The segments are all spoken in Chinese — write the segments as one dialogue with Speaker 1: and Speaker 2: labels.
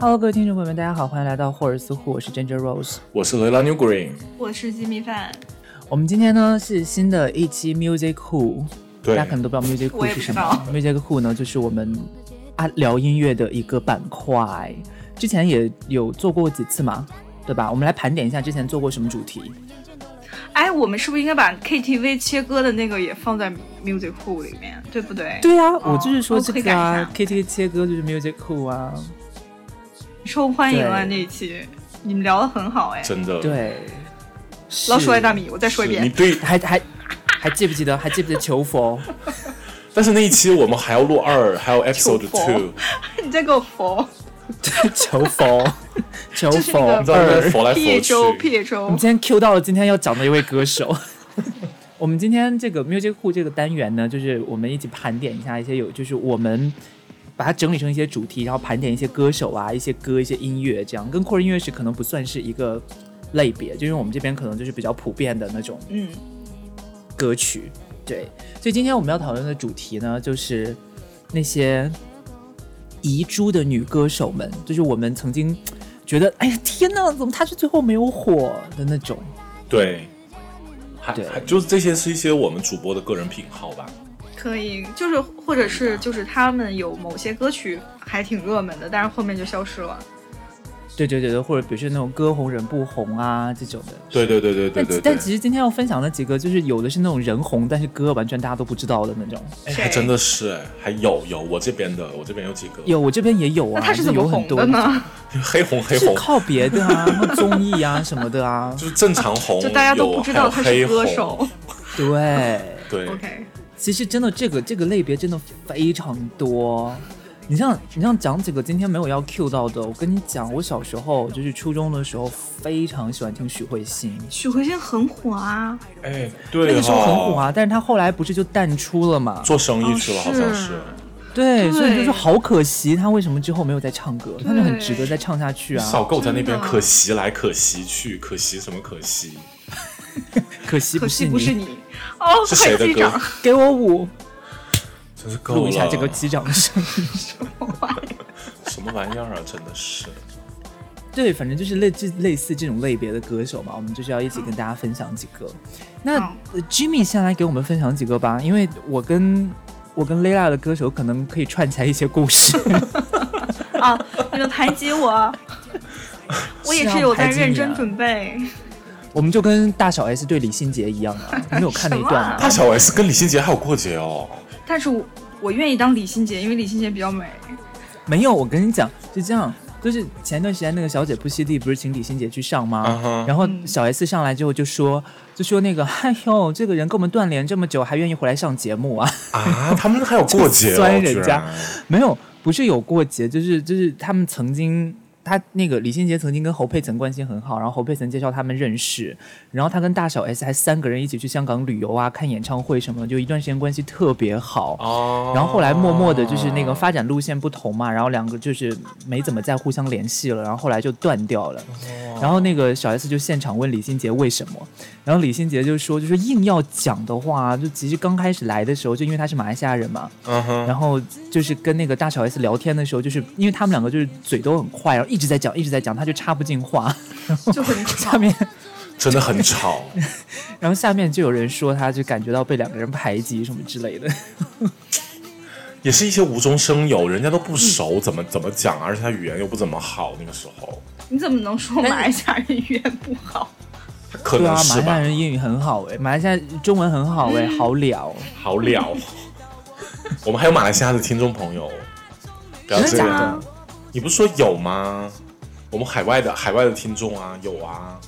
Speaker 1: Hello，各位听众朋友们，大家好，欢迎来到霍尔斯户，我是 Ginger Rose。
Speaker 2: 我是雷拉 New Green。
Speaker 3: 我是鸡米饭，
Speaker 1: 我们今天呢是新的一期 Music Who，大
Speaker 2: 对
Speaker 1: 家可能都不知道 Music
Speaker 3: 我
Speaker 1: Who
Speaker 3: 也不
Speaker 1: 是
Speaker 3: 知
Speaker 1: 什么
Speaker 3: 道。
Speaker 1: Music Who 呢，就是我们啊聊音乐的一个板块，之前也有做过几次嘛，对吧？我们来盘点一下之前做过什么主题。
Speaker 3: 哎，我们是不是应该把 KTV 切歌的那个也放在 Music Who 里面，对不对？
Speaker 1: 对啊，
Speaker 3: 哦
Speaker 1: 我就是说
Speaker 3: 哦
Speaker 1: 这
Speaker 3: 可以
Speaker 1: 个
Speaker 3: 改
Speaker 1: 啊
Speaker 3: 一下
Speaker 1: ，KTV 切歌就是 Music Who 啊，
Speaker 3: 受欢迎啊
Speaker 1: 对
Speaker 3: 那一期，你们聊得很好哎。
Speaker 2: 真的，
Speaker 1: 对，
Speaker 3: 老鼠
Speaker 1: 是
Speaker 3: 爱大米，我再
Speaker 2: 是
Speaker 3: 说一
Speaker 2: 你
Speaker 3: 遍，
Speaker 2: 对，
Speaker 1: 还还还记不记得？还记不记得求佛？
Speaker 2: 但是那一期我们还要录二，还有 Episode
Speaker 3: 求佛
Speaker 2: Two，
Speaker 3: 你再给我佛，
Speaker 1: 求佛，求
Speaker 3: 这是
Speaker 1: 佛
Speaker 3: 那
Speaker 2: 你知道那
Speaker 1: 二
Speaker 2: 边。佛来
Speaker 3: 撇
Speaker 2: 佛
Speaker 3: 周
Speaker 2: 去，
Speaker 3: 撇
Speaker 1: 我
Speaker 3: 周
Speaker 1: 们，今天 Q 到了今天要讲的一位歌手。 我们今天这个 Music Who 这个单元呢，就是我们一起盘点一下一些有，就是我们把它整理成一些主题，然后盘点一些歌手啊、一些歌、一些音乐，这样跟酷儿音乐史可能不算是一个类别，就因为我们这边可能就是比较普遍的那种
Speaker 3: 嗯，
Speaker 1: 歌曲。对，所以今天我们要讨论的主题呢，就是那些遗珠的女歌手们，就是我们曾经觉得，哎呀天呐，怎么她是最后没有火的那种。
Speaker 2: 对，还
Speaker 1: 对
Speaker 2: 还就是这些是一些我们主播的个人癖好吧，
Speaker 3: 可以，就是或者是就是他们有某些歌曲还挺热门的，但是后面就消失了。
Speaker 1: 对对对对，或者比如说那种歌红人不红啊这种的。
Speaker 2: 对对对对对
Speaker 1: 但
Speaker 2: 对
Speaker 1: 但其
Speaker 2: 对，
Speaker 1: 实今天要分享的几个，就是有的是那种人红，但是歌完全大家都不知道的那种。
Speaker 2: 哎，
Speaker 3: 谁
Speaker 2: 还真的是，哎还有有我这边的，我这边有几个，
Speaker 1: 有，我这边也有啊。
Speaker 3: 那他是怎
Speaker 1: 就
Speaker 3: 么
Speaker 1: 有
Speaker 3: 红
Speaker 1: 很多
Speaker 3: 的？ 呢？
Speaker 2: 黑红黑
Speaker 1: 是
Speaker 2: 红，
Speaker 1: 靠别的啊，然后综艺啊什么的 啊。
Speaker 2: 就是正常红，
Speaker 3: 就大家都
Speaker 2: 有
Speaker 3: 不知道他
Speaker 2: 还
Speaker 3: 是
Speaker 2: 有黑
Speaker 3: 歌
Speaker 2: 红
Speaker 3: 手。
Speaker 1: 对，
Speaker 2: 对，
Speaker 3: OK，
Speaker 1: 其实真的这个这个类别真的非常多。你像你像讲几个今天没有要 cue 到的，我跟你讲，我小时候就是初中的时候非常喜欢听许慧欣，
Speaker 3: 许慧欣很火啊，
Speaker 2: 哎，
Speaker 1: 那
Speaker 2: 对
Speaker 1: 个时候很火
Speaker 2: 哈，
Speaker 1: 啊，但是她后来不是就淡出了嘛？
Speaker 2: 做生意
Speaker 3: 哦
Speaker 2: 去了，好像
Speaker 3: 是
Speaker 2: 是，
Speaker 1: 对，
Speaker 3: 对
Speaker 1: 所以就是好可惜，他为什么之后没有再唱歌？他就很值得再唱下去
Speaker 2: 小
Speaker 1: 啊，
Speaker 2: 狗在那边
Speaker 3: 真的
Speaker 2: 可惜来可惜去，可惜什么可惜？
Speaker 1: 可惜
Speaker 3: 可
Speaker 1: 不
Speaker 3: 惜
Speaker 1: 是
Speaker 3: 不
Speaker 1: 你，
Speaker 3: 是你哦，
Speaker 2: 是谁
Speaker 3: 快
Speaker 2: 的
Speaker 3: 击
Speaker 2: 歌
Speaker 3: 掌。？
Speaker 1: 给我舞，
Speaker 2: 真是够了！
Speaker 1: 录一下这个击掌声。
Speaker 2: 什么玩意儿啊！真的是，
Speaker 1: 对，反正就是类这类似这种类别的歌手嘛，我们就是要一起跟大家分享几个。那
Speaker 3: 好
Speaker 1: 呃 Jimmy 先来给我们分享几个吧，因为我跟我跟 Lela 的歌手可能可以串起来一些故 事。
Speaker 3: 啊，你们排挤我，我也是有在认真准备。
Speaker 1: 我们就跟大小 S 对李心洁一样啊，你有看那一段吗？
Speaker 2: 大小 S 跟李心洁还有过节哦。
Speaker 3: 但是我我愿意当李心洁，因为李心洁比较美。
Speaker 1: 没有，我跟你讲，是这样，就是前段时间那个《小姐不熙娣》不是请李心洁去上吗
Speaker 2: 嗯哼
Speaker 1: 然后小 S 上来之后就说，就说那个，哎呦，这个人跟我们断联这么久，还愿意回来上节目啊？
Speaker 2: 啊，他们还有过节、哦，
Speaker 1: 就酸人
Speaker 2: 居然
Speaker 1: 家没有，不是有过节，就是就是他们曾经。他那个李心洁曾经跟侯佩岑关系很好，然后侯佩岑介绍他们认识，然后他跟大小 S 还三个人一起去香港旅游啊、看演唱会什么的，就一段时间关系特别好。
Speaker 2: 哦。
Speaker 1: 然后后来默默的，就是那个发展路线不同嘛，然后两个就是没怎么再互相联系了，然后后来就断掉了。然后那个小 S 就现场问李心洁为什么，然后李心洁就说，就是硬要讲的话，就其实刚开始来的时候，就因为她是马来西亚人嘛，
Speaker 2: 嗯哼，
Speaker 1: 然后就是跟那个大小 S 聊天的时候，就是因为他们两个就是嘴都很快，然后一直在讲，一直在讲，她就插不进话，
Speaker 3: 就很 吵
Speaker 1: 下面
Speaker 2: 真的很 吵。
Speaker 1: 然后下面就有人说她就感觉到被两个人排挤什么之类的。
Speaker 2: 也是一些无中生有，人家都不熟，怎么怎么讲啊？而且他语言又不怎么好，那个时候
Speaker 3: 你怎么能说马来西亚人语言不好？
Speaker 2: 可
Speaker 1: 对啊
Speaker 2: 能，
Speaker 1: 马
Speaker 2: 是
Speaker 1: 来西
Speaker 2: 吧
Speaker 1: 亚。人英语很好哎、马来西亚中文很好哎、好了。
Speaker 2: 好了，我们还有马来西亚的听众朋友，不要这
Speaker 1: 真的假
Speaker 2: 样
Speaker 1: 的。
Speaker 2: 你不是说有吗？我们海外的海外的听众啊，有啊，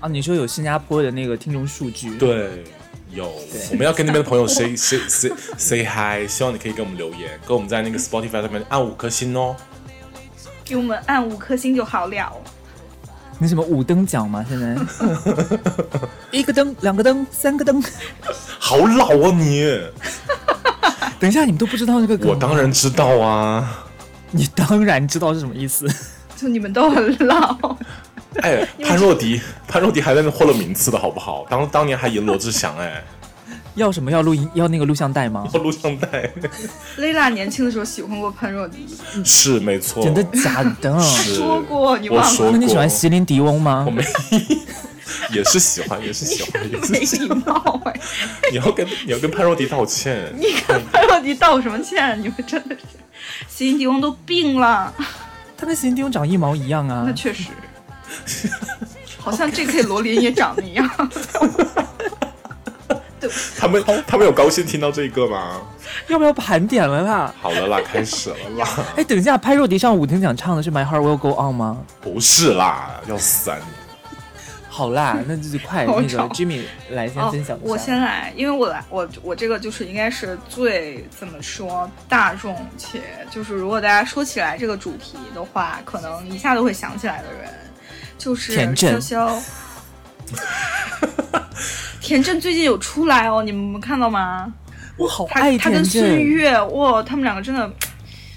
Speaker 1: 啊，你说有新加坡的那个听众数据？，
Speaker 2: 对，有。我们要跟那边的朋友 say say say say hi，希望你可以给我们留言，跟我们在那个 Spotify 上面按五颗星哦。
Speaker 3: 给我们按五颗星就好了。
Speaker 1: 那什么五灯奖吗？现 在一个灯，两个灯，三个灯。
Speaker 2: 好老啊你！
Speaker 1: 等一下，你们都不知道这个梗吗？
Speaker 2: 我当然知道 啊。
Speaker 1: 你当然知道是什么意思。
Speaker 3: 就你们都很老，
Speaker 2: 哎，潘若迪，潘若迪还在那获了名次的好不好？当当年还赢罗志祥哎，
Speaker 1: 要什么要录音要那个录像带吗？
Speaker 2: 要录像带，
Speaker 3: 蕾拉年轻的时候喜欢过潘若迪，
Speaker 2: 是没错。
Speaker 1: 真的假的？
Speaker 3: 她说过，你忘
Speaker 2: 哦我说
Speaker 3: 了？
Speaker 1: 那你喜欢
Speaker 2: 过
Speaker 1: 席琳迪翁吗
Speaker 2: 我？没， 也是喜欢，也是喜 欢，也
Speaker 3: 没
Speaker 2: 是喜
Speaker 3: 礼
Speaker 2: 欢。
Speaker 3: 貌哎！
Speaker 2: 你要跟你要跟潘若迪道歉，
Speaker 3: 你跟潘若迪道什么歉？你们真的是，席琳迪翁都病了，
Speaker 1: 他跟席琳迪翁长一毛一样啊
Speaker 3: 那！确实，好像 J.K. 罗琳也长那样。
Speaker 2: 他们他们有高兴听到这一个吗？
Speaker 1: 要不要盘点了啦？
Speaker 2: 好了啦，开始 了啦，
Speaker 1: 哎，等一下，潘若迪上舞厅讲唱的是《My Heart Will Go On》吗？
Speaker 2: 不是啦，要死啊你！
Speaker 1: 好啦，那就是快那
Speaker 3: 好
Speaker 1: 个
Speaker 3: 吵
Speaker 1: Jimmy 来先
Speaker 3: 哦
Speaker 1: 分享一下。
Speaker 3: 我先来，因为我来，我我这个就是应该是最怎么说大众且就是如果大家说起来这个主题的话，可能一下都会想起来的人就是
Speaker 1: 田震
Speaker 3: 潇潇。 田震最近有出来哦，你们看到吗？
Speaker 1: 我好
Speaker 3: 他
Speaker 1: 爱
Speaker 3: 他跟
Speaker 1: 田
Speaker 3: 孙
Speaker 1: 震，
Speaker 3: 悦，哇，他们两个真的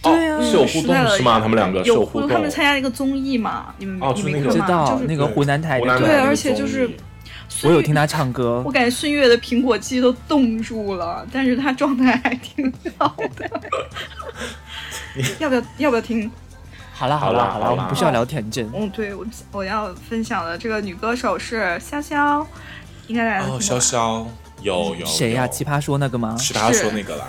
Speaker 1: 对啊
Speaker 2: 哦，是有互动是吗？他们两个是
Speaker 3: 有
Speaker 2: 互
Speaker 3: 互
Speaker 2: 动，
Speaker 3: 他们参加一个综艺嘛？你们、
Speaker 2: 哦
Speaker 3: 你
Speaker 2: 就是
Speaker 3: 没
Speaker 2: 那个
Speaker 1: 知
Speaker 3: 看吗？
Speaker 1: 道
Speaker 3: 就是
Speaker 1: 那个湖南台
Speaker 2: 湖南台
Speaker 1: 的
Speaker 3: 对啊
Speaker 2: 那个
Speaker 3: 而且就
Speaker 2: 综
Speaker 3: 是
Speaker 2: 艺
Speaker 1: 我
Speaker 3: 孙悦
Speaker 1: 有听他唱歌
Speaker 3: 我，感觉孙悦的苹果肌都冻住了，但是他状态还挺好的。要不要要不要听？
Speaker 1: 好啦啦
Speaker 2: 好啦
Speaker 1: 啦，我
Speaker 2: 好
Speaker 1: 们
Speaker 2: 啦
Speaker 1: 不是要聊田震，
Speaker 3: 嗯，对我我要分享的这个女歌手是潇潇，应该大家都
Speaker 2: 哦，
Speaker 3: 听过
Speaker 2: 潇潇
Speaker 3: 吧。
Speaker 2: 有有
Speaker 1: 谁呀？
Speaker 2: 呀？
Speaker 1: 奇葩说那个吗？
Speaker 2: 是他说那个啦，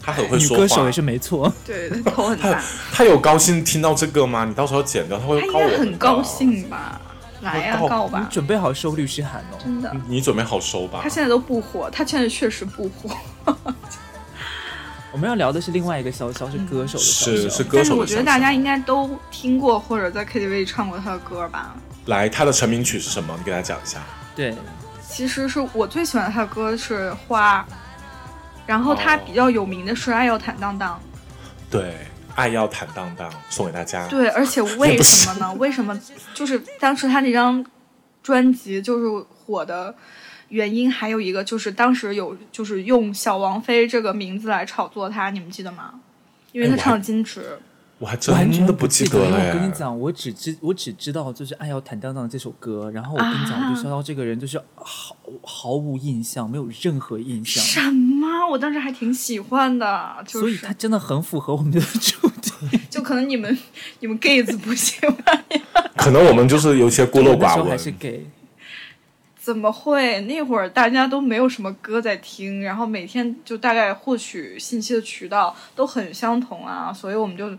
Speaker 2: 他很会
Speaker 1: 女
Speaker 2: 说
Speaker 1: 歌手
Speaker 2: 话
Speaker 1: 也。是没错，
Speaker 3: 对，她头很大，
Speaker 2: 他有高兴听到这个吗？你到时候剪掉，他会
Speaker 3: 她应
Speaker 2: 告我
Speaker 3: 该
Speaker 2: 们
Speaker 3: 很
Speaker 2: 的
Speaker 3: 高。兴吧？来呀、
Speaker 2: 我告
Speaker 3: 告
Speaker 1: 你
Speaker 3: 吧！
Speaker 1: 准备好收律师函哦。
Speaker 3: 真的，
Speaker 2: 你准备好收吧
Speaker 3: 她？现在都不火，她现在确实不火。
Speaker 1: 我们要聊的是另外一个潇潇，是歌手的潇
Speaker 2: 是
Speaker 1: 潇，
Speaker 2: 是歌
Speaker 3: 但是
Speaker 2: 手
Speaker 3: 我
Speaker 2: 的
Speaker 3: 觉
Speaker 2: 潇
Speaker 3: 得大家
Speaker 2: 潇。
Speaker 3: 应该都听过或者在 KTV 唱过她的歌吧？
Speaker 2: 来，他的成名曲是什么？你给大家讲一下。
Speaker 1: 对，
Speaker 3: 其实是我最喜欢他的歌是《花》，然后他
Speaker 2: 哦
Speaker 3: 比较有名的是《爱要坦荡荡
Speaker 2: 对，爱要坦荡荡，送给大家》。。
Speaker 3: 对，而 且
Speaker 2: 也
Speaker 3: 为
Speaker 2: 不
Speaker 3: 什么呢？为什么就是当时他那张专辑就是火的原因，还有一个就是当时有就是用“小王妃”这个名字来炒作他，你们记得吗？因为
Speaker 2: 哎
Speaker 3: 他
Speaker 2: 我还
Speaker 3: 唱了《矜持》
Speaker 2: 我还
Speaker 1: 完
Speaker 2: 真
Speaker 1: 全
Speaker 2: 的不记
Speaker 1: 记因
Speaker 2: 得了
Speaker 1: 为我跟你
Speaker 2: 耶。
Speaker 1: 讲，我只知我只知道就是《哎爱要坦荡荡》这首歌，然后我跟你讲，我对潇潇这个人就是毫毫无印象，没有任何印象，
Speaker 3: 什么？我当时还挺喜欢的，就
Speaker 1: 所以
Speaker 3: 是
Speaker 1: 他真的很符合我们的主题。
Speaker 3: 就可能你们 你们 gays 不喜欢。
Speaker 2: 哎可能我们就是有一些 孤陋
Speaker 1: 我那时
Speaker 2: 寡
Speaker 1: 候还是
Speaker 2: 闻。
Speaker 1: gay，
Speaker 3: 怎么会？那会儿大家都没有什么歌在听，然后每天就大概获取信息的渠道都很相同啊，所以我们就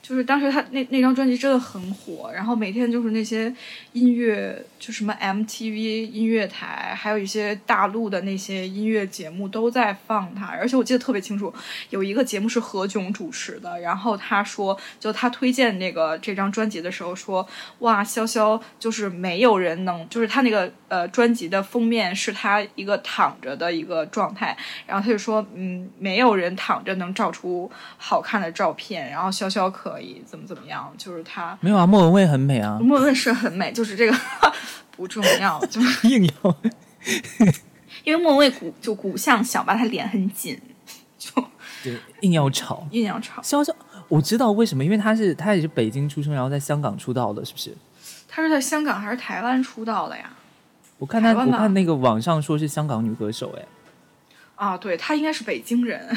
Speaker 3: 就是当时他那那张专辑真的很火，然后每天就是那些音乐，就什么 MTV 音乐台，还有一些大陆的那些音乐节目都在放他，而且我记得特别清楚，有一个节目是何炅主持的，然后他说，就他推荐那个这张专辑的时候说，哇，潇潇就是没有人能，就是他那个呃专辑的封面是他一个躺着的一个状态，然后他就说，嗯，没有人躺着能照出好看的照片，然后潇潇可以怎么怎么样，就是他
Speaker 1: 没有啊，莫文蔚很美
Speaker 2: 嗯
Speaker 1: 啊，
Speaker 3: 莫问是很美，就是这个 不重要，就是
Speaker 1: 硬要
Speaker 3: 因为莫文蔚骨就骨相想把他脸很紧，就
Speaker 1: 对硬要吵。
Speaker 3: 阴阳吵。
Speaker 1: 潇潇，我知道为什么，因为他是他也是北京出生，然后在香港出道的，是不是？
Speaker 3: 他是在香港还是台湾出道的呀？
Speaker 1: 我看他，
Speaker 3: 台湾
Speaker 1: 我
Speaker 3: 吧
Speaker 1: 看那个网上说是香港女歌手，哎，
Speaker 3: 啊，对他应该是北京人，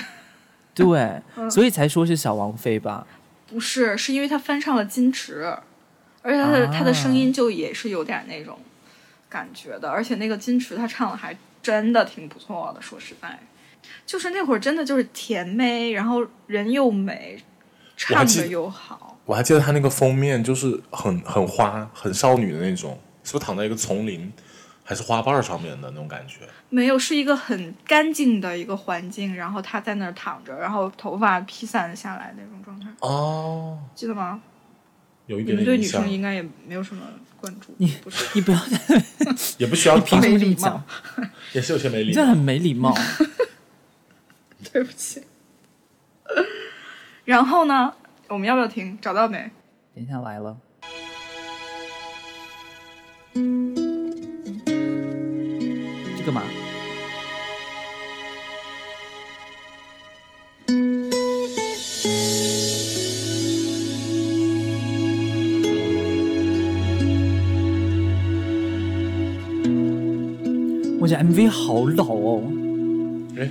Speaker 1: 对，
Speaker 3: 嗯
Speaker 1: 所以才说是小王妃吧？
Speaker 3: 不是，是因为他翻唱了《矜持》，而且他的、他的
Speaker 2: 啊
Speaker 3: 声音就也是有点那种感觉的，而且那个《矜持》他唱的还真的挺不错的，说实在，就是那会儿真的就是甜妹，然后人又美，
Speaker 2: 我还
Speaker 3: 唱
Speaker 2: 记
Speaker 3: 的又好，
Speaker 2: 我还记得他那个封面就是很很花、很少女的那种，是不是躺在一个丛林还是花瓣上面的那种感觉？
Speaker 3: 没有是一个很干净的一个环境，然后他在那儿躺着，然后头发披散下来那种状态，
Speaker 2: 哦，
Speaker 3: 记得吗？
Speaker 2: 有一
Speaker 3: 你
Speaker 2: 点
Speaker 3: 们对
Speaker 2: 点
Speaker 3: 女
Speaker 2: 印象
Speaker 3: 生，应该也没有什么关注，不是？
Speaker 1: 你不要
Speaker 2: 也不需要
Speaker 1: 凭什，么
Speaker 2: 打
Speaker 1: 这么
Speaker 3: 礼
Speaker 1: 讲
Speaker 3: 貌？
Speaker 2: 也是有些没
Speaker 1: 你
Speaker 2: 礼
Speaker 1: 这
Speaker 2: 貌。
Speaker 1: 很没礼貌。
Speaker 3: 对不起。然后呢，我们要不要停？找到没？
Speaker 1: 等一下来了，这个嘛，我这 MV 好老哦，
Speaker 2: 哎，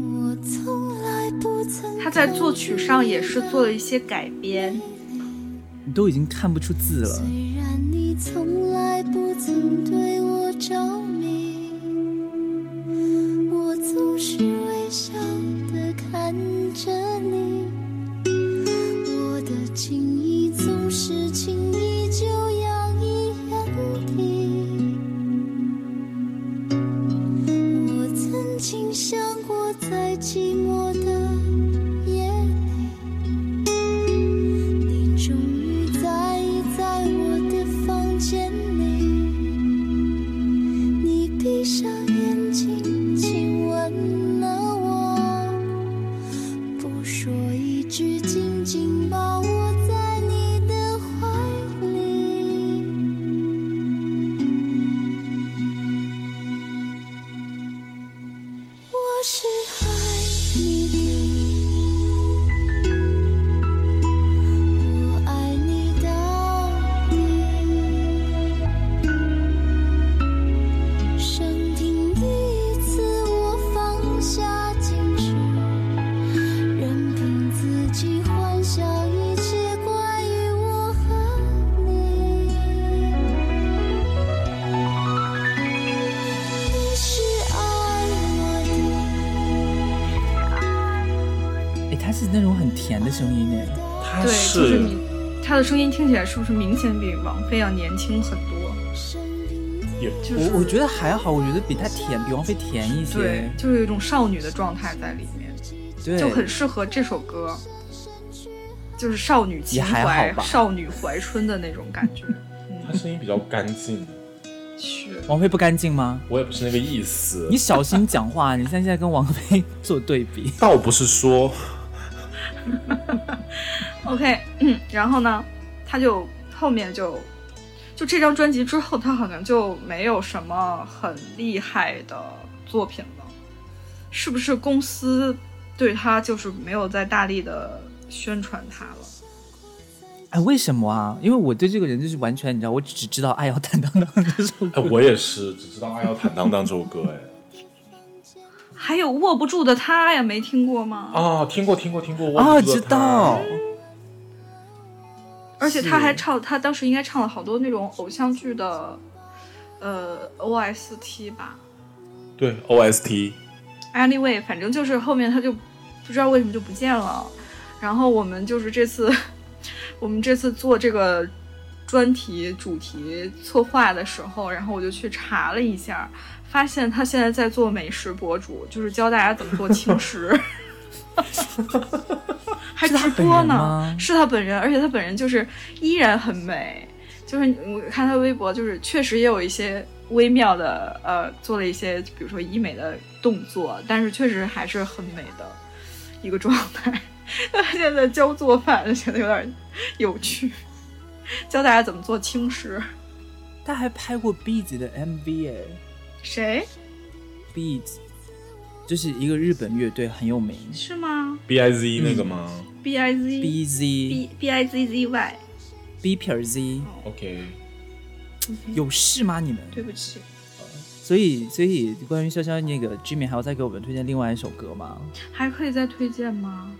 Speaker 4: 我从来不曾
Speaker 3: 他在作曲上也是做了一些改编，
Speaker 1: 你都已经看不出字了。
Speaker 4: 虽然你从来不曾对我着迷，我总是微笑的看着你，我的情意总是轻易就洋溢眼底。我曾经想过，在寂寞的夜里。你终于在意在我的房间里，你闭上眼睛亲吻了我，不说一句，紧紧抱我在你的怀里。我是爱你的。我爱你到底。生平第一次，我放下矜持，任凭自己幻想一切关于我和你。你是爱我
Speaker 1: 哎，他是那种很甜的声音哎。
Speaker 4: 的。
Speaker 2: 他
Speaker 3: 对，就是
Speaker 2: 是
Speaker 3: 明他的声音听起来是不是明显比王菲要年轻很多？
Speaker 4: 生平第
Speaker 2: 也
Speaker 3: 就是
Speaker 1: 我我觉得还好，我觉得比他甜，比王菲甜一
Speaker 3: 对
Speaker 1: 些，。
Speaker 3: 就是有一种少女的状态在里面，
Speaker 1: 对，
Speaker 3: 就很适合这首歌，就是少女情
Speaker 1: 也还
Speaker 3: 怀
Speaker 1: 好、吧
Speaker 3: 少女怀春的那种感觉。
Speaker 2: 他声音比较干净，
Speaker 3: 是，
Speaker 1: 王菲不干净吗？
Speaker 2: 我也不是那个意思
Speaker 1: 你。小心讲话，你现在跟王菲做对比，
Speaker 2: 倒不是说
Speaker 3: OK，嗯，然后呢，他就后面就就这张专辑之后，他好像就没有什么很厉害的作品了，是不是公司对他就是没有再大力的宣传他了？
Speaker 1: 哎，为什么啊？因为我对这个人就是完全，你知道，我只知道《爱要坦荡荡》这首歌
Speaker 2: 哎，我也是只知道《爱要坦荡荡》这首歌，哎，
Speaker 3: 还有握不住的他呀，没听过吗？
Speaker 2: 啊，听过听过听过，
Speaker 1: 啊，
Speaker 2: 我不
Speaker 1: 知
Speaker 2: 他
Speaker 1: 道，
Speaker 3: 而且他
Speaker 1: 是
Speaker 3: 还唱，他当时应该唱了好多那种偶像剧的，呃，OST 吧。
Speaker 2: 对 OST，
Speaker 3: Anyway，反正就是后面他就不知道为什么就不见了。然后我们就是这次，我们这次做这个专题主题策划的时候，然后我就去查了一下，发现他现在在做美食博主，就是教大家怎么做轻食。 还直播
Speaker 1: 是他本人
Speaker 3: 呢
Speaker 1: 吗，
Speaker 3: 是他本人，而且他本人就是依然很美，就是你我看他微博，就是确实也有一些微妙的，呃，做了一些比如说医美的动作，但是确实还是很美的一个状态。他 现在教做饭，就觉得有点有趣，教大家怎么做轻食。
Speaker 1: 他还拍过 B 级的 MV 哎
Speaker 3: 谁
Speaker 1: ，B 级就是一个日本乐队很有名
Speaker 3: 是吗
Speaker 2: B I Z 那个吗
Speaker 3: ？B I Z
Speaker 1: ，B Z
Speaker 3: B B I Z Z Y，
Speaker 1: B 撇 Z，
Speaker 2: ？OK，
Speaker 1: 有事吗你们？
Speaker 3: 对不起，
Speaker 1: 所以所以关于潇潇那个 Jimmy 还要再给我们推荐另外一首歌吗？
Speaker 3: 还可以再推荐吗？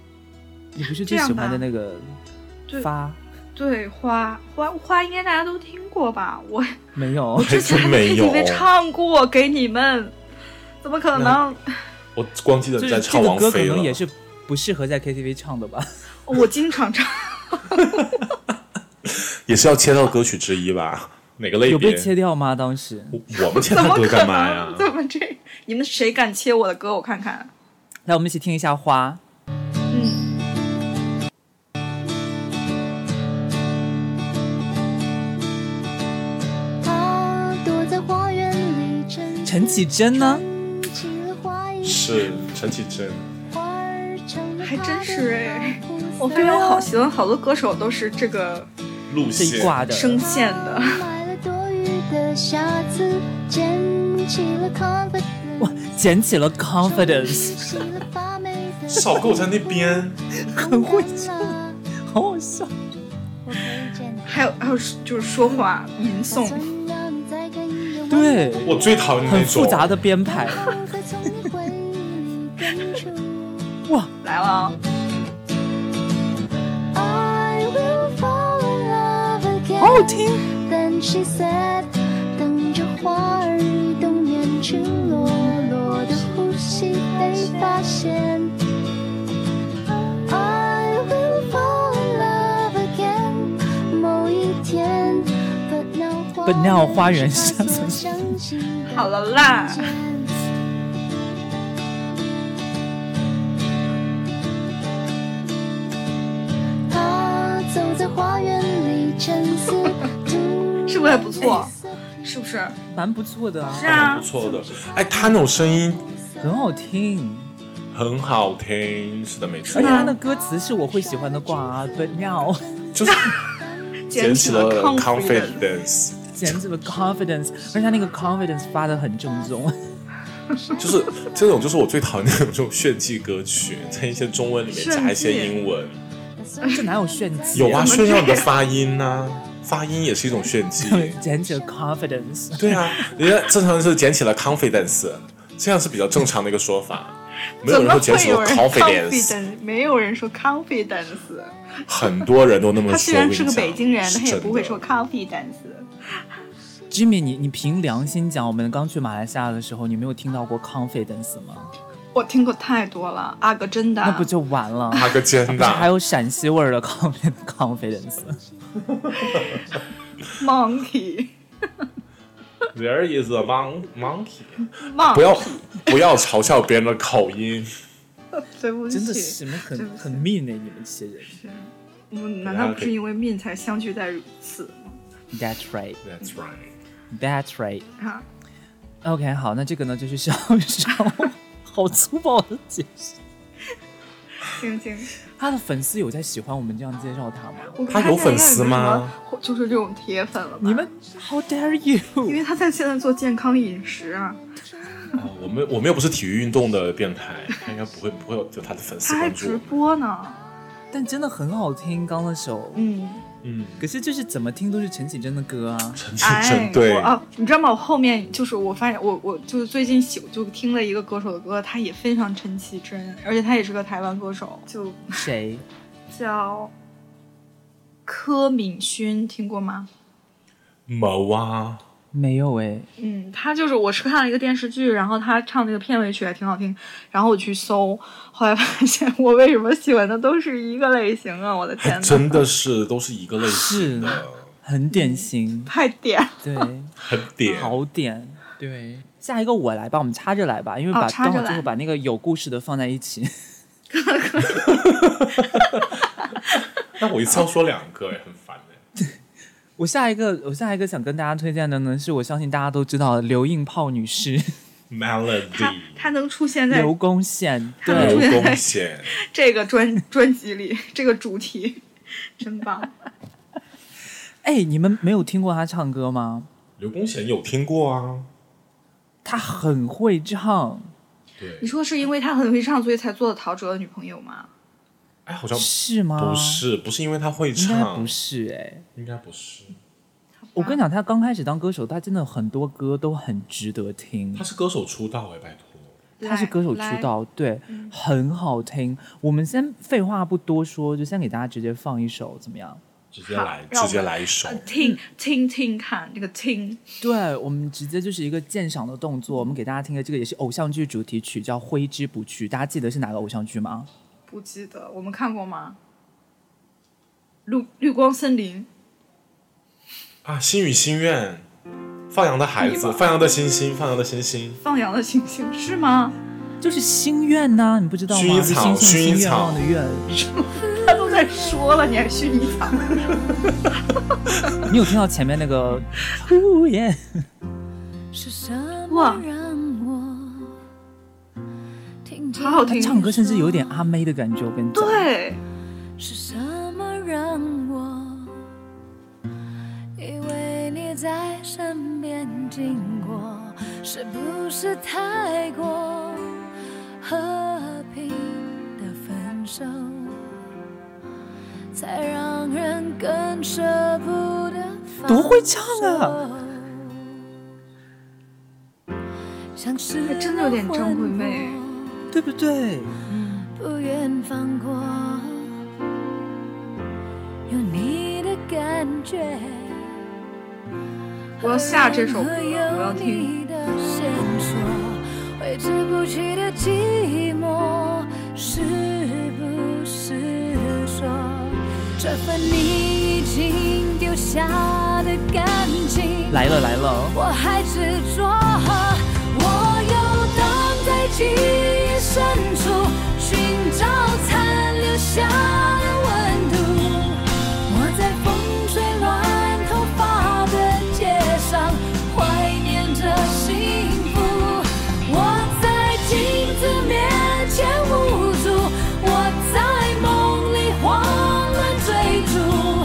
Speaker 1: 你不是最喜欢的那个
Speaker 3: 对
Speaker 1: 发
Speaker 3: 对，花花花应该大家都听过吧？我
Speaker 1: 没有
Speaker 3: 我？之前还在
Speaker 2: 没有
Speaker 3: KTV 唱过给你们，怎么可能？
Speaker 2: 我光记得
Speaker 1: 就是
Speaker 2: 在
Speaker 1: 这
Speaker 2: 唱
Speaker 1: 个
Speaker 2: 王
Speaker 1: 歌可
Speaker 2: 菲了
Speaker 1: 能，也是不适合在 KTV 唱的吧？
Speaker 3: 我经常唱，
Speaker 2: 也是要切到歌曲之一吧？哪个类
Speaker 1: 有
Speaker 2: 别
Speaker 1: 被？切掉吗？当时
Speaker 2: 我我们切
Speaker 3: 怎
Speaker 2: 他
Speaker 3: 么
Speaker 2: 歌
Speaker 3: 可
Speaker 2: 干嘛呀
Speaker 3: 能？？怎么这？你们谁敢切我的歌？我看看。
Speaker 1: 来，我们一起听一下《花
Speaker 3: 嗯，
Speaker 4: 他躲在花园里，》，
Speaker 1: 陈绮贞呢？
Speaker 4: 撑起了花一
Speaker 2: 是陈绮贞，
Speaker 3: 还真是哎。我
Speaker 4: 我
Speaker 3: 发
Speaker 4: 非
Speaker 3: 现
Speaker 4: 常
Speaker 3: 我
Speaker 4: 好
Speaker 3: 好喜欢好多歌手都是这个
Speaker 2: 路
Speaker 1: 这一
Speaker 2: 线
Speaker 1: 挂的，
Speaker 3: 声线的。
Speaker 4: 买了多余的瑕疵，捡起了 confidence，
Speaker 1: 哇，捡起了
Speaker 4: 终于
Speaker 1: confidence，
Speaker 4: 洗了发霉的
Speaker 2: 少给我在那边。
Speaker 1: 很会
Speaker 4: 唱。
Speaker 1: 好好笑。
Speaker 4: 我会见你
Speaker 3: 还有还有就是说话吟
Speaker 4: 打
Speaker 3: 诵
Speaker 4: 算，让你再看一眼
Speaker 1: 对
Speaker 2: 我最讨厌那
Speaker 1: 很
Speaker 2: 种
Speaker 1: 复杂的编排，
Speaker 4: 然后再从你回忆里
Speaker 3: 来了啊。
Speaker 4: I will fall in love again。
Speaker 1: 好好听。
Speaker 4: Then she said，等着花儿以冬眠之落，落的呼吸被发现。I will fall in love again，某一天。
Speaker 1: But now 花园下
Speaker 4: 所
Speaker 1: 村
Speaker 4: 相信的
Speaker 3: 好了啦
Speaker 4: 间他走在花园里沉思，突
Speaker 3: 是不是还不错
Speaker 4: 然色
Speaker 3: 是不是？
Speaker 1: 蛮不错的啊
Speaker 3: 是，啊
Speaker 2: 不错的。哎，他那种声音
Speaker 1: 很好听。
Speaker 2: 很好听，是的，没错
Speaker 1: 而且，
Speaker 3: 吗
Speaker 1: 他的歌词是我会喜欢的挂啊 But now
Speaker 2: 就是捡起了
Speaker 3: 了
Speaker 2: confidence，
Speaker 3: confidence
Speaker 1: 简直了 confidence，而且他那个 confidence 发的很正宗。
Speaker 2: 就是这种就是我最讨厌那种这种炫技歌曲，在一些中文里面加一些英文，
Speaker 1: 这哪有炫技、
Speaker 2: 有啊，
Speaker 1: 啊？
Speaker 2: 炫耀你的发音呐、发音也是一种炫 技。
Speaker 1: 简直了 confidence。
Speaker 2: 对 啊，人家正常是捡起了 confidence，这样是比较正常的一个说 法。没有
Speaker 3: 怎
Speaker 2: 人
Speaker 3: 么
Speaker 2: 会捡
Speaker 3: 会
Speaker 2: 起了
Speaker 3: 有人
Speaker 2: confidence，
Speaker 3: 没有人说 confidence。
Speaker 2: 很多人都那么说。
Speaker 3: 他虽然
Speaker 2: 我跟
Speaker 3: 是
Speaker 2: 你
Speaker 3: 个
Speaker 2: 讲
Speaker 3: 北京人，
Speaker 2: 是
Speaker 3: 他也不会说
Speaker 2: 真的
Speaker 3: confidence。
Speaker 1: Jimmy，你你凭良心讲，我们刚去马来西亚的时候，你没有听到过 confidence 吗？
Speaker 3: 我听过太多了，阿哥真的。
Speaker 1: 那不就完了？
Speaker 2: 阿哥真
Speaker 1: 不是 还
Speaker 2: 的。
Speaker 1: 有陕西味儿的 conf- confidence。
Speaker 3: monkey
Speaker 2: There is a mon monkey。
Speaker 3: monkey？
Speaker 2: 不要不要嘲笑别人的口音，
Speaker 3: 对不起，
Speaker 1: 真的是什么很
Speaker 3: 对不起
Speaker 1: 很 mean 的你们这些人。
Speaker 3: 我们难道不是因为命才相聚在此吗？
Speaker 1: That's right,
Speaker 2: That's right。
Speaker 1: that's right.
Speaker 3: 啊，
Speaker 1: OK，好，那这个呢就是小小，好粗暴的解释。
Speaker 3: 行行，
Speaker 1: 他的粉丝有在喜欢我们这样介绍他吗？
Speaker 3: 我
Speaker 2: 他有粉丝吗？
Speaker 3: 就是这种铁粉了吧？
Speaker 1: 你们 How dare
Speaker 3: 因
Speaker 1: you？
Speaker 3: 为他在现在做健康饮食啊，
Speaker 2: 哦我们我们又不是体育运动的电台，应该不会不会有他的粉丝
Speaker 3: 他还
Speaker 2: 关注
Speaker 3: 哎直。播呢。
Speaker 1: 但真的很好听，刚的首。
Speaker 3: 嗯，
Speaker 2: 嗯，
Speaker 1: 可是就是怎么听都是陈绮贞的歌啊。
Speaker 2: 陈绮
Speaker 3: 哎
Speaker 2: 贞，对
Speaker 3: 我，哦，你知道吗？我后面就是我发现我我就是最近喜就听了一个歌手的歌，他也非常陈绮贞，而且他也是个台湾歌手，就
Speaker 1: 谁？
Speaker 3: 叫柯敏勋，听过吗？
Speaker 2: 某啊，
Speaker 1: 没有哎，
Speaker 3: 嗯，他就是我是看了一个电视剧，然后他唱那个片尾曲还挺好听，然后我去搜，后来发现我为什么喜欢的都是一个类型啊！我的天
Speaker 2: 哎
Speaker 3: 呐，
Speaker 2: 真的是都是一个类型
Speaker 1: 是
Speaker 2: 的，
Speaker 1: 很典型。
Speaker 3: 太点
Speaker 1: 对，
Speaker 2: 很点。
Speaker 1: 好点。对，下一个我来吧，我们插着来吧，因为把、
Speaker 3: 哦插着
Speaker 1: 刚好
Speaker 3: 来
Speaker 1: 最后把那个有故事的放在一起。
Speaker 2: 那我一次要说两个，哎，很烦哎。
Speaker 1: 我下一个，我下一个想跟大家推荐的呢，是我相信大家都知道的刘硬泡女 士，
Speaker 3: 他
Speaker 2: Melody，
Speaker 3: 他能出现在
Speaker 1: 刘公宪，
Speaker 3: 她能出
Speaker 1: 对，
Speaker 3: 现
Speaker 2: 刘公贤，
Speaker 3: 这个专专辑里， 这个主题 真棒。
Speaker 1: 哎，你们没有听过她唱歌吗？
Speaker 2: 刘公贤有听过啊？
Speaker 1: 她很会唱，
Speaker 2: 对
Speaker 3: 你，说是因为他很会唱，所以才做了陶喆的女朋友吗？
Speaker 2: 哎，好像
Speaker 1: 是吗？
Speaker 2: 不，是，不是因为他会
Speaker 1: 应该
Speaker 2: 唱
Speaker 1: 不，是哎。
Speaker 2: 应该不是，
Speaker 1: 我跟你讲，她刚开始当歌手，她真的很多歌都很值得听
Speaker 2: 他。是歌手出道哎，拜托。
Speaker 1: 他是歌手出
Speaker 3: 来，嗯
Speaker 1: 道，对，很好听。我们先废话不多说，就先给大家直接放一首，怎么样？
Speaker 2: 直接来，
Speaker 3: 好让我
Speaker 2: 直接来一首
Speaker 3: 来。听听听看这个听，
Speaker 1: 对，我们直接就是一个鉴赏的动作。我们给大家听的这个也是偶像剧主题曲，叫《挥之不去》。大家记得是哪个偶像剧吗？
Speaker 3: 不记得我们看过吗？绿绿光森林。
Speaker 2: 啊，《心语心愿》，放羊的孩子，放羊的星星，放羊的星星，
Speaker 3: 放羊的星星是吗？
Speaker 1: 就是心愿呐、你不知道吗？
Speaker 2: 薰衣
Speaker 1: 是星星
Speaker 2: 草薰衣
Speaker 1: 心愿
Speaker 2: 草
Speaker 1: 望的愿。
Speaker 3: 他都在说了，你还薰衣草？
Speaker 1: 你有听到前面那个呼耶？
Speaker 4: 是什
Speaker 3: 哇
Speaker 4: 么让我听见
Speaker 3: 好好听
Speaker 1: 他唱歌甚至有点阿妹的感觉，我跟你讲。，
Speaker 3: 对，
Speaker 4: 是什么让我以为你在身边经过？是不是太过和平的分手，才让人更舍不得放手？
Speaker 1: 多会唱啊！
Speaker 4: 像是
Speaker 3: 还真的有点张惠妹
Speaker 1: 对不对？
Speaker 4: 不愿放过有你的感觉。
Speaker 3: 我要下这首歌我要听。
Speaker 4: 挥之不去的寂寞，是不是说这份你已经丢下的感情？
Speaker 1: 来了来了，
Speaker 4: 我还执着，我游荡在记忆深处，寻找残留下的温度。我在风吹乱头发的街上，怀念着幸福。我在镜子面前无助，我在梦里慌乱追逐。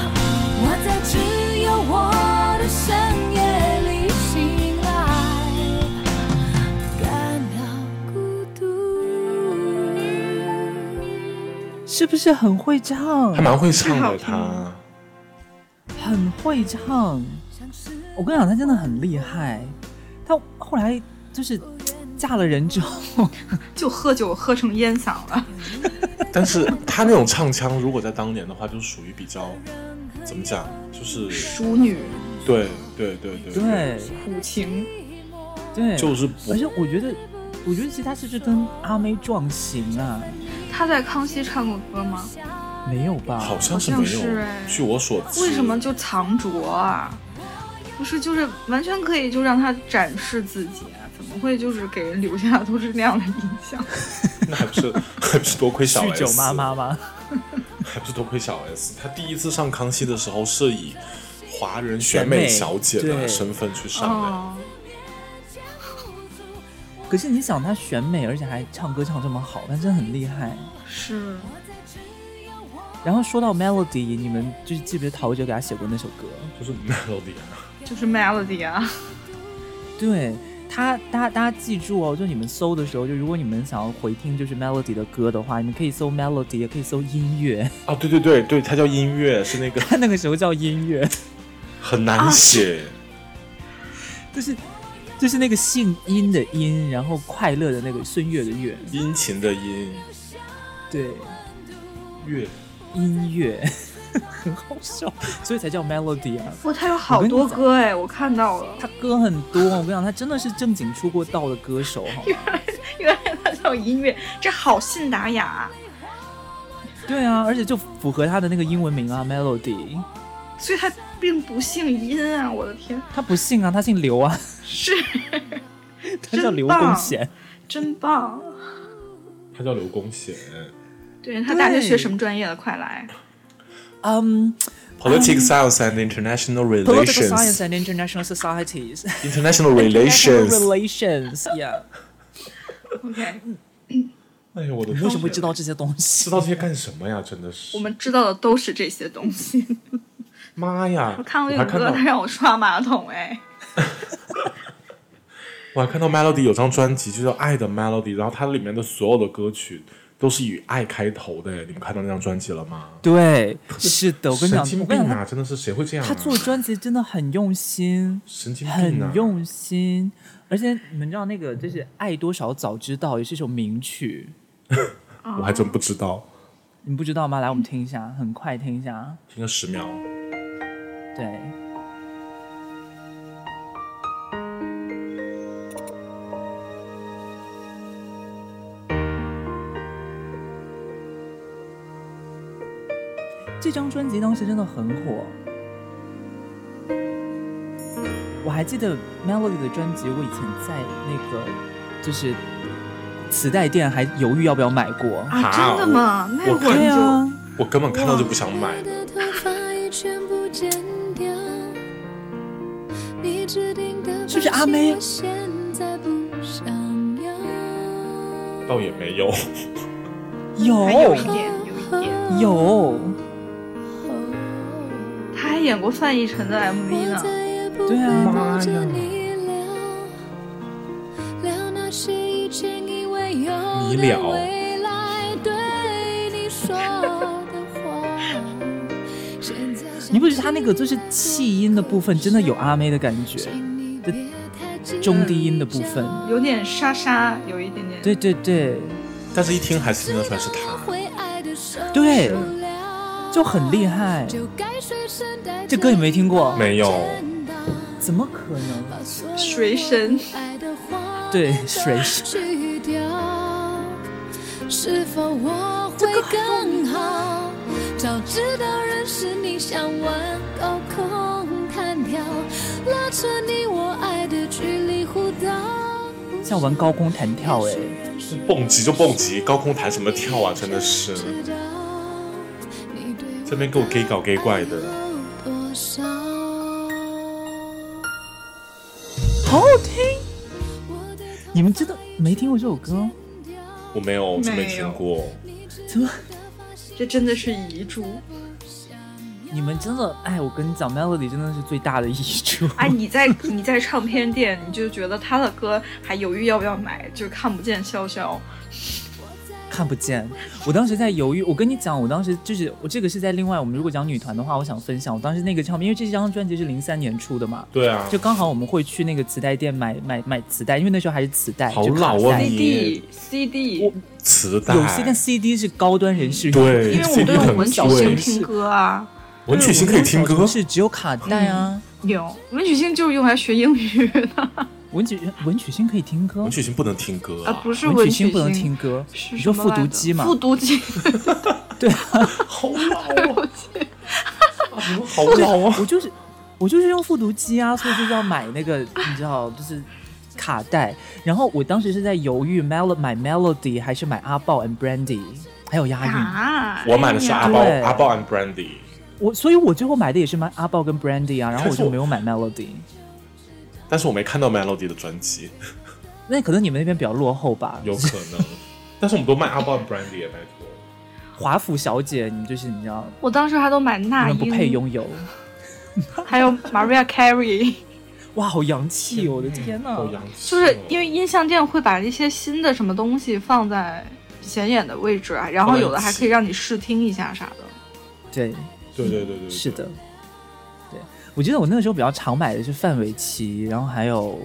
Speaker 4: 我在只有我的深夜里醒来，感到孤独。
Speaker 1: 是不是很会唱
Speaker 2: 还？蛮会唱
Speaker 3: 好
Speaker 2: 的
Speaker 3: 听
Speaker 2: 他。
Speaker 1: 很会唱。我跟你讲，她真的很厉害。她后来就是嫁了人之后，
Speaker 3: 就喝酒喝成烟嗓了，
Speaker 2: 但是他那种唱腔，如果在当年的话，就属于比较怎么讲，就是
Speaker 3: 淑女
Speaker 2: 对对对对
Speaker 1: 对
Speaker 3: 苦情，
Speaker 1: 对，
Speaker 2: 就是
Speaker 1: 而且我觉得，我觉得其实她是不是跟阿妹撞型啊？
Speaker 3: 她在康熙唱过歌吗？
Speaker 1: 没有吧？
Speaker 2: 好像是
Speaker 3: 啊好像
Speaker 2: 没有
Speaker 3: 是哎。
Speaker 2: 据我所知，
Speaker 3: 为什么就藏拙啊？不是，就是完全可以就让她展示自己啊，怎么会就是给人留下的都是那样的印 象？
Speaker 2: 那还不是 还不是多亏小
Speaker 1: 酗
Speaker 2: S
Speaker 1: 酒妈妈吗？
Speaker 2: 还不是多亏小 S，她第一次上康熙的时候是以华人
Speaker 1: 选
Speaker 2: 选
Speaker 1: 美
Speaker 2: 美小姐
Speaker 1: 对
Speaker 2: 的身份去上的。
Speaker 3: 哦，
Speaker 1: 可是你想，她选美，而且还唱歌唱这么好，那真的很厉害。
Speaker 3: 是
Speaker 1: 然后说到 Melody，你们就是记不记得陶喆给她写过那首歌？
Speaker 2: 就是 Melody 啊，
Speaker 3: 就是 Melody 啊，
Speaker 1: 对他，大家大家记住哦，就你们搜的时候，就如果你们想要回听就是 Melody 的歌的话，你们可以搜 Melody，也可以搜音乐。
Speaker 2: 啊对对对对，它叫音乐，是那 个
Speaker 1: 他那个时候叫音乐，
Speaker 2: 很
Speaker 3: 啊
Speaker 2: 难写，
Speaker 1: 就是就是那个姓殷的殷，然后快乐的那个孙悦的悦，
Speaker 2: 殷勤的殷，
Speaker 1: 对，
Speaker 2: 乐
Speaker 1: 音乐 很好笑，所以才叫 Melody 啊。
Speaker 3: 哇，她有好多歌哎，我看到了，
Speaker 1: 他歌很多，我跟你讲，他真的是正经出过道的歌手，好吗？
Speaker 3: 原来她叫音乐，这好信达雅啊。
Speaker 1: 对啊，而且就符合他的那个英文名啊，Melody。
Speaker 3: 所以他并不姓殷啊！我的天，
Speaker 1: 他不姓啊，他姓刘啊，
Speaker 3: 是
Speaker 1: 他叫
Speaker 3: 真
Speaker 1: 刘
Speaker 3: 棒
Speaker 1: 公贤。
Speaker 3: 真棒！
Speaker 2: 他叫刘公显
Speaker 3: 对他大学
Speaker 1: 对
Speaker 3: 学什么专业的？快 来！
Speaker 1: 嗯、
Speaker 2: ，Politics Science and International
Speaker 1: political science
Speaker 2: Relations，International
Speaker 1: and international societies International
Speaker 2: Relations。
Speaker 1: relations yeah 。
Speaker 3: OK，
Speaker 2: 哎呦我的，
Speaker 1: 你为什么会知道？这些东
Speaker 2: 知
Speaker 1: 西？
Speaker 2: 道这些干什么呀？真的是，
Speaker 3: 我们知道的都是这些东西。
Speaker 2: 妈呀！
Speaker 3: 我看
Speaker 2: 我
Speaker 3: 过
Speaker 2: 还
Speaker 3: 有
Speaker 2: 看
Speaker 3: 哥，
Speaker 2: 到
Speaker 3: 他让我刷马桶，哎，
Speaker 2: 我还看到 Melody 有张专辑就叫《爱的 Melody》，然后它里面的所有的歌曲都是以爱开头的，你们看到那张专辑了吗？
Speaker 1: 对，是的，我跟你
Speaker 2: 神
Speaker 1: 讲，
Speaker 2: 经
Speaker 1: 我跟
Speaker 2: 病
Speaker 1: 你
Speaker 2: 啊！
Speaker 1: 讲，
Speaker 2: 真的是谁会这样、
Speaker 1: 他
Speaker 2: 啊？
Speaker 1: 他做专辑真的很用心，
Speaker 2: 神经病啊！
Speaker 1: 很用心。而且你们知道那个就是《爱多少早知道》也是一首名曲，
Speaker 2: 我还真不知道，
Speaker 1: 你们不知道吗？来，我们听一下，很快听一下。
Speaker 2: 听了十秒，
Speaker 1: 对，这张专辑当时真的很火。我还记得 Melody 的专辑，我以前在那个就是磁带店还犹豫要不要买过。
Speaker 3: 啊，
Speaker 2: 好
Speaker 3: 真的吗？那
Speaker 2: 我
Speaker 3: 会儿
Speaker 1: 对
Speaker 3: 你就
Speaker 1: 啊，
Speaker 2: 我根本看到就不想买
Speaker 4: 我。的头发已全部剪掉，你指定的
Speaker 1: 是不是阿妹
Speaker 4: 发型我现在不想要。
Speaker 2: 倒也没有，
Speaker 1: 有
Speaker 3: 还有一点，有一点。
Speaker 1: 有，
Speaker 3: 他还演过范逸臣的 MV
Speaker 4: 我
Speaker 3: 呢。
Speaker 4: 再也不
Speaker 1: 对啊
Speaker 4: 会抱着
Speaker 2: 妈呀
Speaker 4: 你聊，聊那些以前以为有
Speaker 2: 你
Speaker 4: 的
Speaker 2: 聊
Speaker 4: 未来对你说的话。现在想
Speaker 1: 你不觉得他那个就是气音的部分真的有阿妹的感觉？
Speaker 4: 这
Speaker 1: 中低音的部分
Speaker 3: 有点沙沙，有一点点。
Speaker 1: 对对对，
Speaker 2: 但是一听还是听得出来是他。
Speaker 1: 对，就很厉害。这歌你没听过？
Speaker 2: 没有，
Speaker 1: 怎么可能？
Speaker 3: 水神，
Speaker 1: 对，水神。
Speaker 4: 是否我会更好？早知道认识你，像玩高空弹跳，拉扯你我爱的距离，互道。
Speaker 1: 像玩高空弹跳哎，
Speaker 2: 蹦极就蹦极，高空弹什么跳啊，真的是。这边给我 gay 搞 gay 怪的，
Speaker 1: 好好听。你们真的没听过这首歌？
Speaker 2: 我没有，我真没听过。
Speaker 1: 怎么？
Speaker 3: 这真的是遗珠。
Speaker 1: 你们真的哎，我跟你讲，Melody 真的是最大的遗珠。
Speaker 3: 哎，你在你在唱片店，你就觉得他的歌还犹豫要不要买，就看不见潇潇。
Speaker 1: 看不见。我当时在犹豫，我跟你讲，我当时就是我这个是在另外，我们如果讲女团的话，我想分享我当时那个唱片，因为这张专辑是零三年出的嘛，
Speaker 2: 对啊，
Speaker 1: 就刚好我们会去那个磁带店买买买磁带，因为那时候还是磁带，
Speaker 2: 好
Speaker 1: 就卡
Speaker 2: 老啊
Speaker 1: 带
Speaker 2: 你
Speaker 3: CD CD，
Speaker 1: 哎我
Speaker 2: 磁带，
Speaker 1: 有些但 CD 是高端人士用的
Speaker 2: 对，
Speaker 3: 因为我们
Speaker 2: CD
Speaker 3: 都有
Speaker 2: 很
Speaker 3: 文曲
Speaker 2: 贵
Speaker 3: 星听歌啊，
Speaker 2: 文曲星可以听歌，
Speaker 1: 是只有卡带啊。
Speaker 3: 有文曲星就是用来学英语的
Speaker 1: 文曲文曲星可以听歌
Speaker 2: 文，曲星不能听歌
Speaker 3: 啊，
Speaker 2: 啊，
Speaker 3: 不是
Speaker 1: 文曲
Speaker 3: 曲
Speaker 1: 星不能听歌，
Speaker 3: 是
Speaker 1: 你
Speaker 3: 什
Speaker 1: 说
Speaker 3: 么
Speaker 1: 复
Speaker 3: 来
Speaker 1: 读
Speaker 3: 着
Speaker 1: 机嘛？
Speaker 3: 复读机，
Speaker 1: 对 啊，
Speaker 2: 好老啊，你们好老啊，
Speaker 1: 我就是我就是用复读机啊，所以就是要买那 个，你知道，就是卡带。然后我当时是在犹豫 Mel 买 Melody 还是买阿豹 and Brandy，还有押韵。
Speaker 3: 啊！
Speaker 2: 我买的是阿豹
Speaker 1: 哎呀
Speaker 2: 阿豹 and Brandy，
Speaker 1: 我所以，我最后买的也是买阿豹跟 Brandy 啊，然后我
Speaker 2: 但是
Speaker 1: 就
Speaker 2: 我
Speaker 1: 没有买 Melody。
Speaker 2: 但是我没看到 Melody 的专辑，
Speaker 1: 那可能你们那边比较落后吧。
Speaker 2: 有可能，但是我们都卖阿豹 and Brandy 啊也拜托。
Speaker 1: 华府小姐，你就是你知道，
Speaker 3: 我当时还都买
Speaker 1: 你
Speaker 3: 那
Speaker 1: 们不配
Speaker 3: 英，
Speaker 1: 拥有。
Speaker 3: 还有 Maria Carey，
Speaker 1: 哇，好洋气、哦！我的
Speaker 3: 嗯
Speaker 1: 天呐！
Speaker 2: 好洋气哦，
Speaker 3: 就是因为音像店会把一些新的什么东西放在显眼的位置啊，然后有的还可以让你试听一下啥的。
Speaker 1: 对，
Speaker 2: 对对对对，对
Speaker 1: 是的，，对，我记得我那个时候比较常买的是范玮琪，然后还有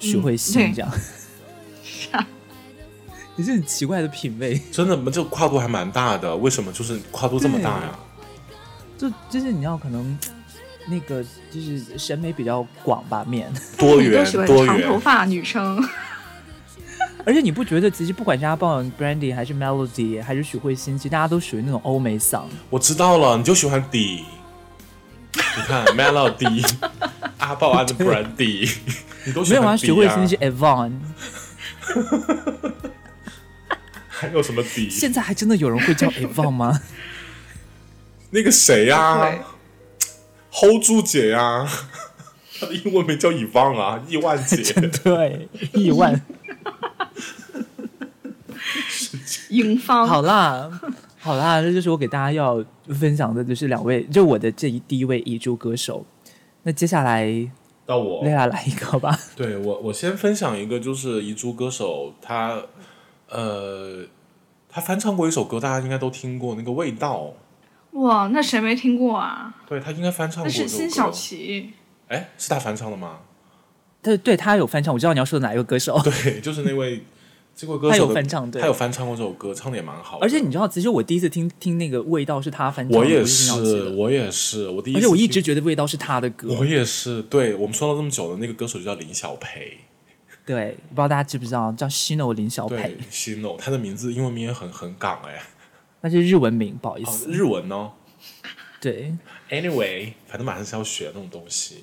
Speaker 1: 许慧欣
Speaker 3: 嗯对
Speaker 1: 这样。你是很奇怪的品味，
Speaker 2: 真的，这个跨度还蛮大的。为什么就是跨度这么大呀？
Speaker 1: 就就是你知道可能那个就是审美比较广吧面，
Speaker 2: 多
Speaker 3: 你都
Speaker 2: 元
Speaker 3: 喜欢
Speaker 2: 多
Speaker 3: 长头
Speaker 2: 元，
Speaker 3: 发女 生，
Speaker 1: 而且你不觉得其实不管是阿豹、Brandy 还是 Melody 还是许慧欣，其实大家都属于那种欧美嗓，
Speaker 2: 我知道了，你就喜欢底。你看 Melody，阿豹 and Brandy，你都喜
Speaker 1: 没有
Speaker 2: 欢
Speaker 1: 啊？
Speaker 2: 底
Speaker 1: 许慧欣是 Avon，
Speaker 2: 还有什么底？
Speaker 1: 现在还真的有人会 叫
Speaker 2: 哎
Speaker 1: Avon 吗？
Speaker 2: 那个谁啊呀、
Speaker 3: 对
Speaker 2: h o l d 住姐呀、 她的英文名叫遗忘啊，亿 万姐，
Speaker 1: 对，亿万。
Speaker 3: 影方
Speaker 1: 好啦，好啦，这就是我给大家要分享的，就是两位，就我的这一第一位遗珠歌手。那接下来，
Speaker 2: 到我
Speaker 1: 雷拉来一个吧。
Speaker 2: 对我，我先分享一个，就是遗珠歌手，他呃，他翻唱过一首歌，大家应该都听过，那个味道，
Speaker 3: 哇，那谁没听过啊？
Speaker 2: 对他应该翻唱
Speaker 3: 那
Speaker 2: 过这
Speaker 3: 是
Speaker 2: 首
Speaker 3: 辛
Speaker 2: 歌。
Speaker 3: 晓琪，
Speaker 2: 哎，是他翻唱的吗？
Speaker 1: 对，对他有翻唱，我知道你要说的哪一个歌手。
Speaker 2: 对，就是那位这位歌
Speaker 1: 他
Speaker 2: 手的
Speaker 1: 有翻唱对
Speaker 2: 他有翻唱过这首歌，唱的也蛮好的。
Speaker 1: 而且你知道，其实我第一次听听那个味道是他翻唱的，
Speaker 2: 我也
Speaker 1: 不是辛晓琪
Speaker 2: 是，
Speaker 1: 的，
Speaker 2: 我也是，我第一次
Speaker 1: 而且
Speaker 2: 听，
Speaker 1: 我一直觉得味道是他的歌。
Speaker 2: 我也是，对我们说了这么久的那个歌手就叫林小培，
Speaker 1: 对，不知道大家知不知道，叫 Shino 林小
Speaker 2: 对
Speaker 1: 培，
Speaker 2: ，Shino，他的名字英文名也很很港哎、
Speaker 1: 那是日文名，不好意
Speaker 2: 哦
Speaker 1: 思。
Speaker 2: 日嗯文哦。
Speaker 1: 对，
Speaker 2: Anyway，反正马上是要学那种东西。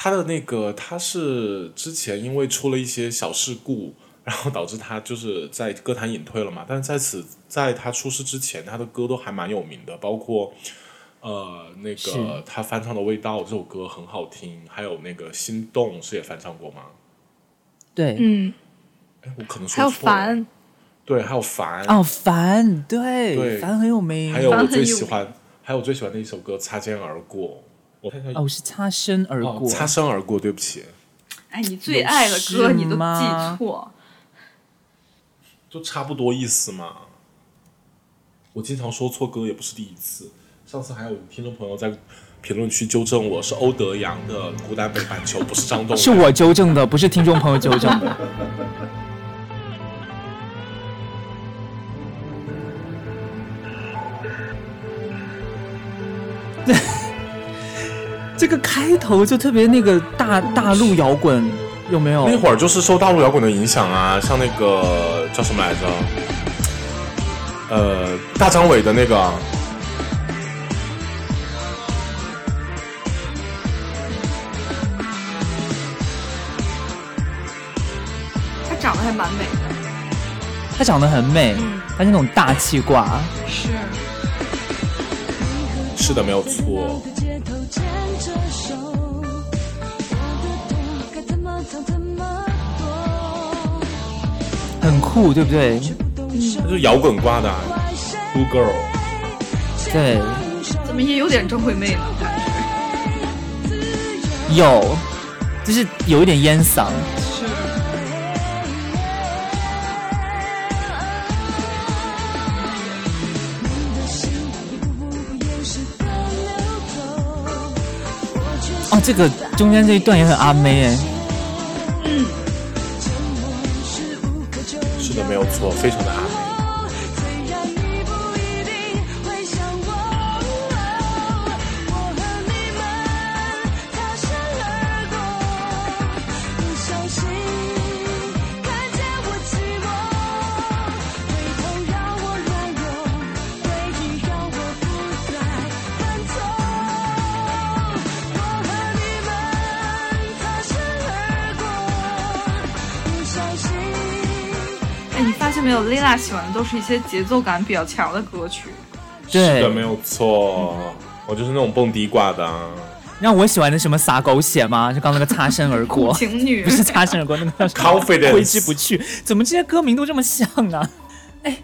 Speaker 2: 他的那个，他是之前因为出了一些小事故，然后导致他就是在歌坛隐退了嘛。但是在此，在他出事之前，他的歌都还蛮有名的，包括呃那
Speaker 1: 是
Speaker 2: 个他翻唱的《味道》这首歌很好听，还有那个《心动》是也翻唱过吗？
Speaker 1: 对，
Speaker 3: 嗯，
Speaker 2: 哎，我可能说
Speaker 3: 还有
Speaker 2: 错了
Speaker 3: 凡，
Speaker 2: 对，还有凡，
Speaker 1: 哦，凡，对，
Speaker 2: 对
Speaker 1: 凡很嗯有名。
Speaker 2: 还有我
Speaker 3: 凡很
Speaker 2: 最
Speaker 3: 有
Speaker 2: 喜
Speaker 3: 名
Speaker 2: 欢，还有我最喜欢的一首歌《擦肩而过》。我看一下
Speaker 1: 哦，是擦身而
Speaker 2: 哦
Speaker 1: 过，
Speaker 2: 擦身而过，对不起，
Speaker 3: 哎，你最爱的歌
Speaker 1: 有事
Speaker 3: 你都
Speaker 1: 吗
Speaker 3: 记错，
Speaker 2: 就差不多意思嘛。我经常说错歌也不是第一次，上次还有听众朋友在评论区纠正我是欧德阳的《孤单北半球》，不是张栋
Speaker 1: 是
Speaker 2: 梁。
Speaker 1: 我纠正的，不是听众朋友纠正的。 这个开头就特别那个大大陆摇滚，有没有？
Speaker 2: 那会儿就是受大陆摇滚的影响啊，像那个叫什么来着？呃，大张伟的那个，
Speaker 3: 她长得还蛮美的。
Speaker 1: 她长得很美，她是那种大气挂。
Speaker 3: 是，
Speaker 2: 是的，没有错。
Speaker 1: 很酷，对不对？
Speaker 2: 他就是摇滚挂的、啊、，Cool Girl。
Speaker 1: 对，
Speaker 3: 怎么也有点张惠妹呢？
Speaker 1: 有，就是有一点烟嗓。
Speaker 3: 是，
Speaker 1: 哦，这个中间这一段也很阿妹哎，
Speaker 2: 是的，没有错，非常的阿妹。
Speaker 3: 哎，你发现没有，Lila 喜欢的都是一些节奏感比较强的歌曲。，
Speaker 2: 是的，没
Speaker 1: 对，
Speaker 2: 有错。我就是那种蹦迪挂的、啊，
Speaker 1: 让我喜欢的什么撒狗血吗？就刚那个擦身而过
Speaker 3: 情侣
Speaker 1: 不是擦身而过，那个叫什么
Speaker 2: Confidence
Speaker 1: 挥之不去。怎么这些歌名都这么像啊？哎，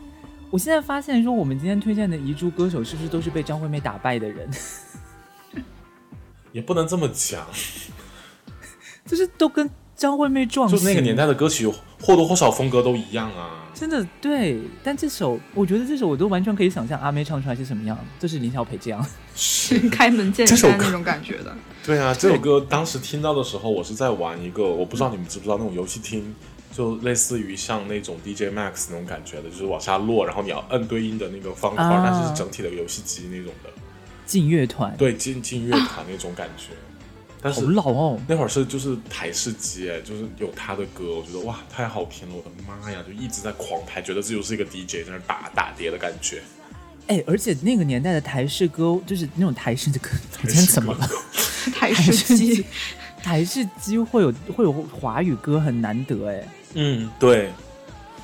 Speaker 1: 我现在发现说，我们今天推荐的遗珠歌手是不是都是被张惠妹打败的人？
Speaker 2: 也不能这么讲。
Speaker 1: 就是都跟张惠妹撞
Speaker 2: 就
Speaker 1: 型。
Speaker 2: 是那个年代的歌曲，或多或少风格都一样啊。
Speaker 1: 真的对，但这首我觉得这首我都完全可以想象阿妹唱出来是什么样，就是林小培这样。
Speaker 2: 是，
Speaker 3: 开门见
Speaker 2: 这首
Speaker 3: 山
Speaker 2: 歌
Speaker 3: 那种感觉的。
Speaker 2: 对啊，这首歌当时听到的时候，我是在玩一个，我不知道你们知不知道那种游戏厅，就类似于像那种 DJ Max 那种感觉的，就是往下落，然后你要摁对应的那个方块，
Speaker 1: 啊
Speaker 2: 但是是整体的游戏机那种的，
Speaker 1: 劲乐团，
Speaker 2: 对，进进乐坛那种感觉。但
Speaker 1: 好
Speaker 2: 是
Speaker 1: 老哦，
Speaker 2: 那会儿是就是台式机，哎就是有他的歌，我觉得哇太好听了，我的妈呀，就一直在狂拍，觉得自己就是一个 DJ 在那儿打打碟的感觉。
Speaker 1: 哎，而且那个年代的台式歌，就是那种台式的歌，我今天怎么 了？
Speaker 3: 台
Speaker 1: 台
Speaker 3: 式
Speaker 1: 式
Speaker 3: 机
Speaker 1: 机，台式机会有会有华语歌很难得哎，
Speaker 2: 嗯，对，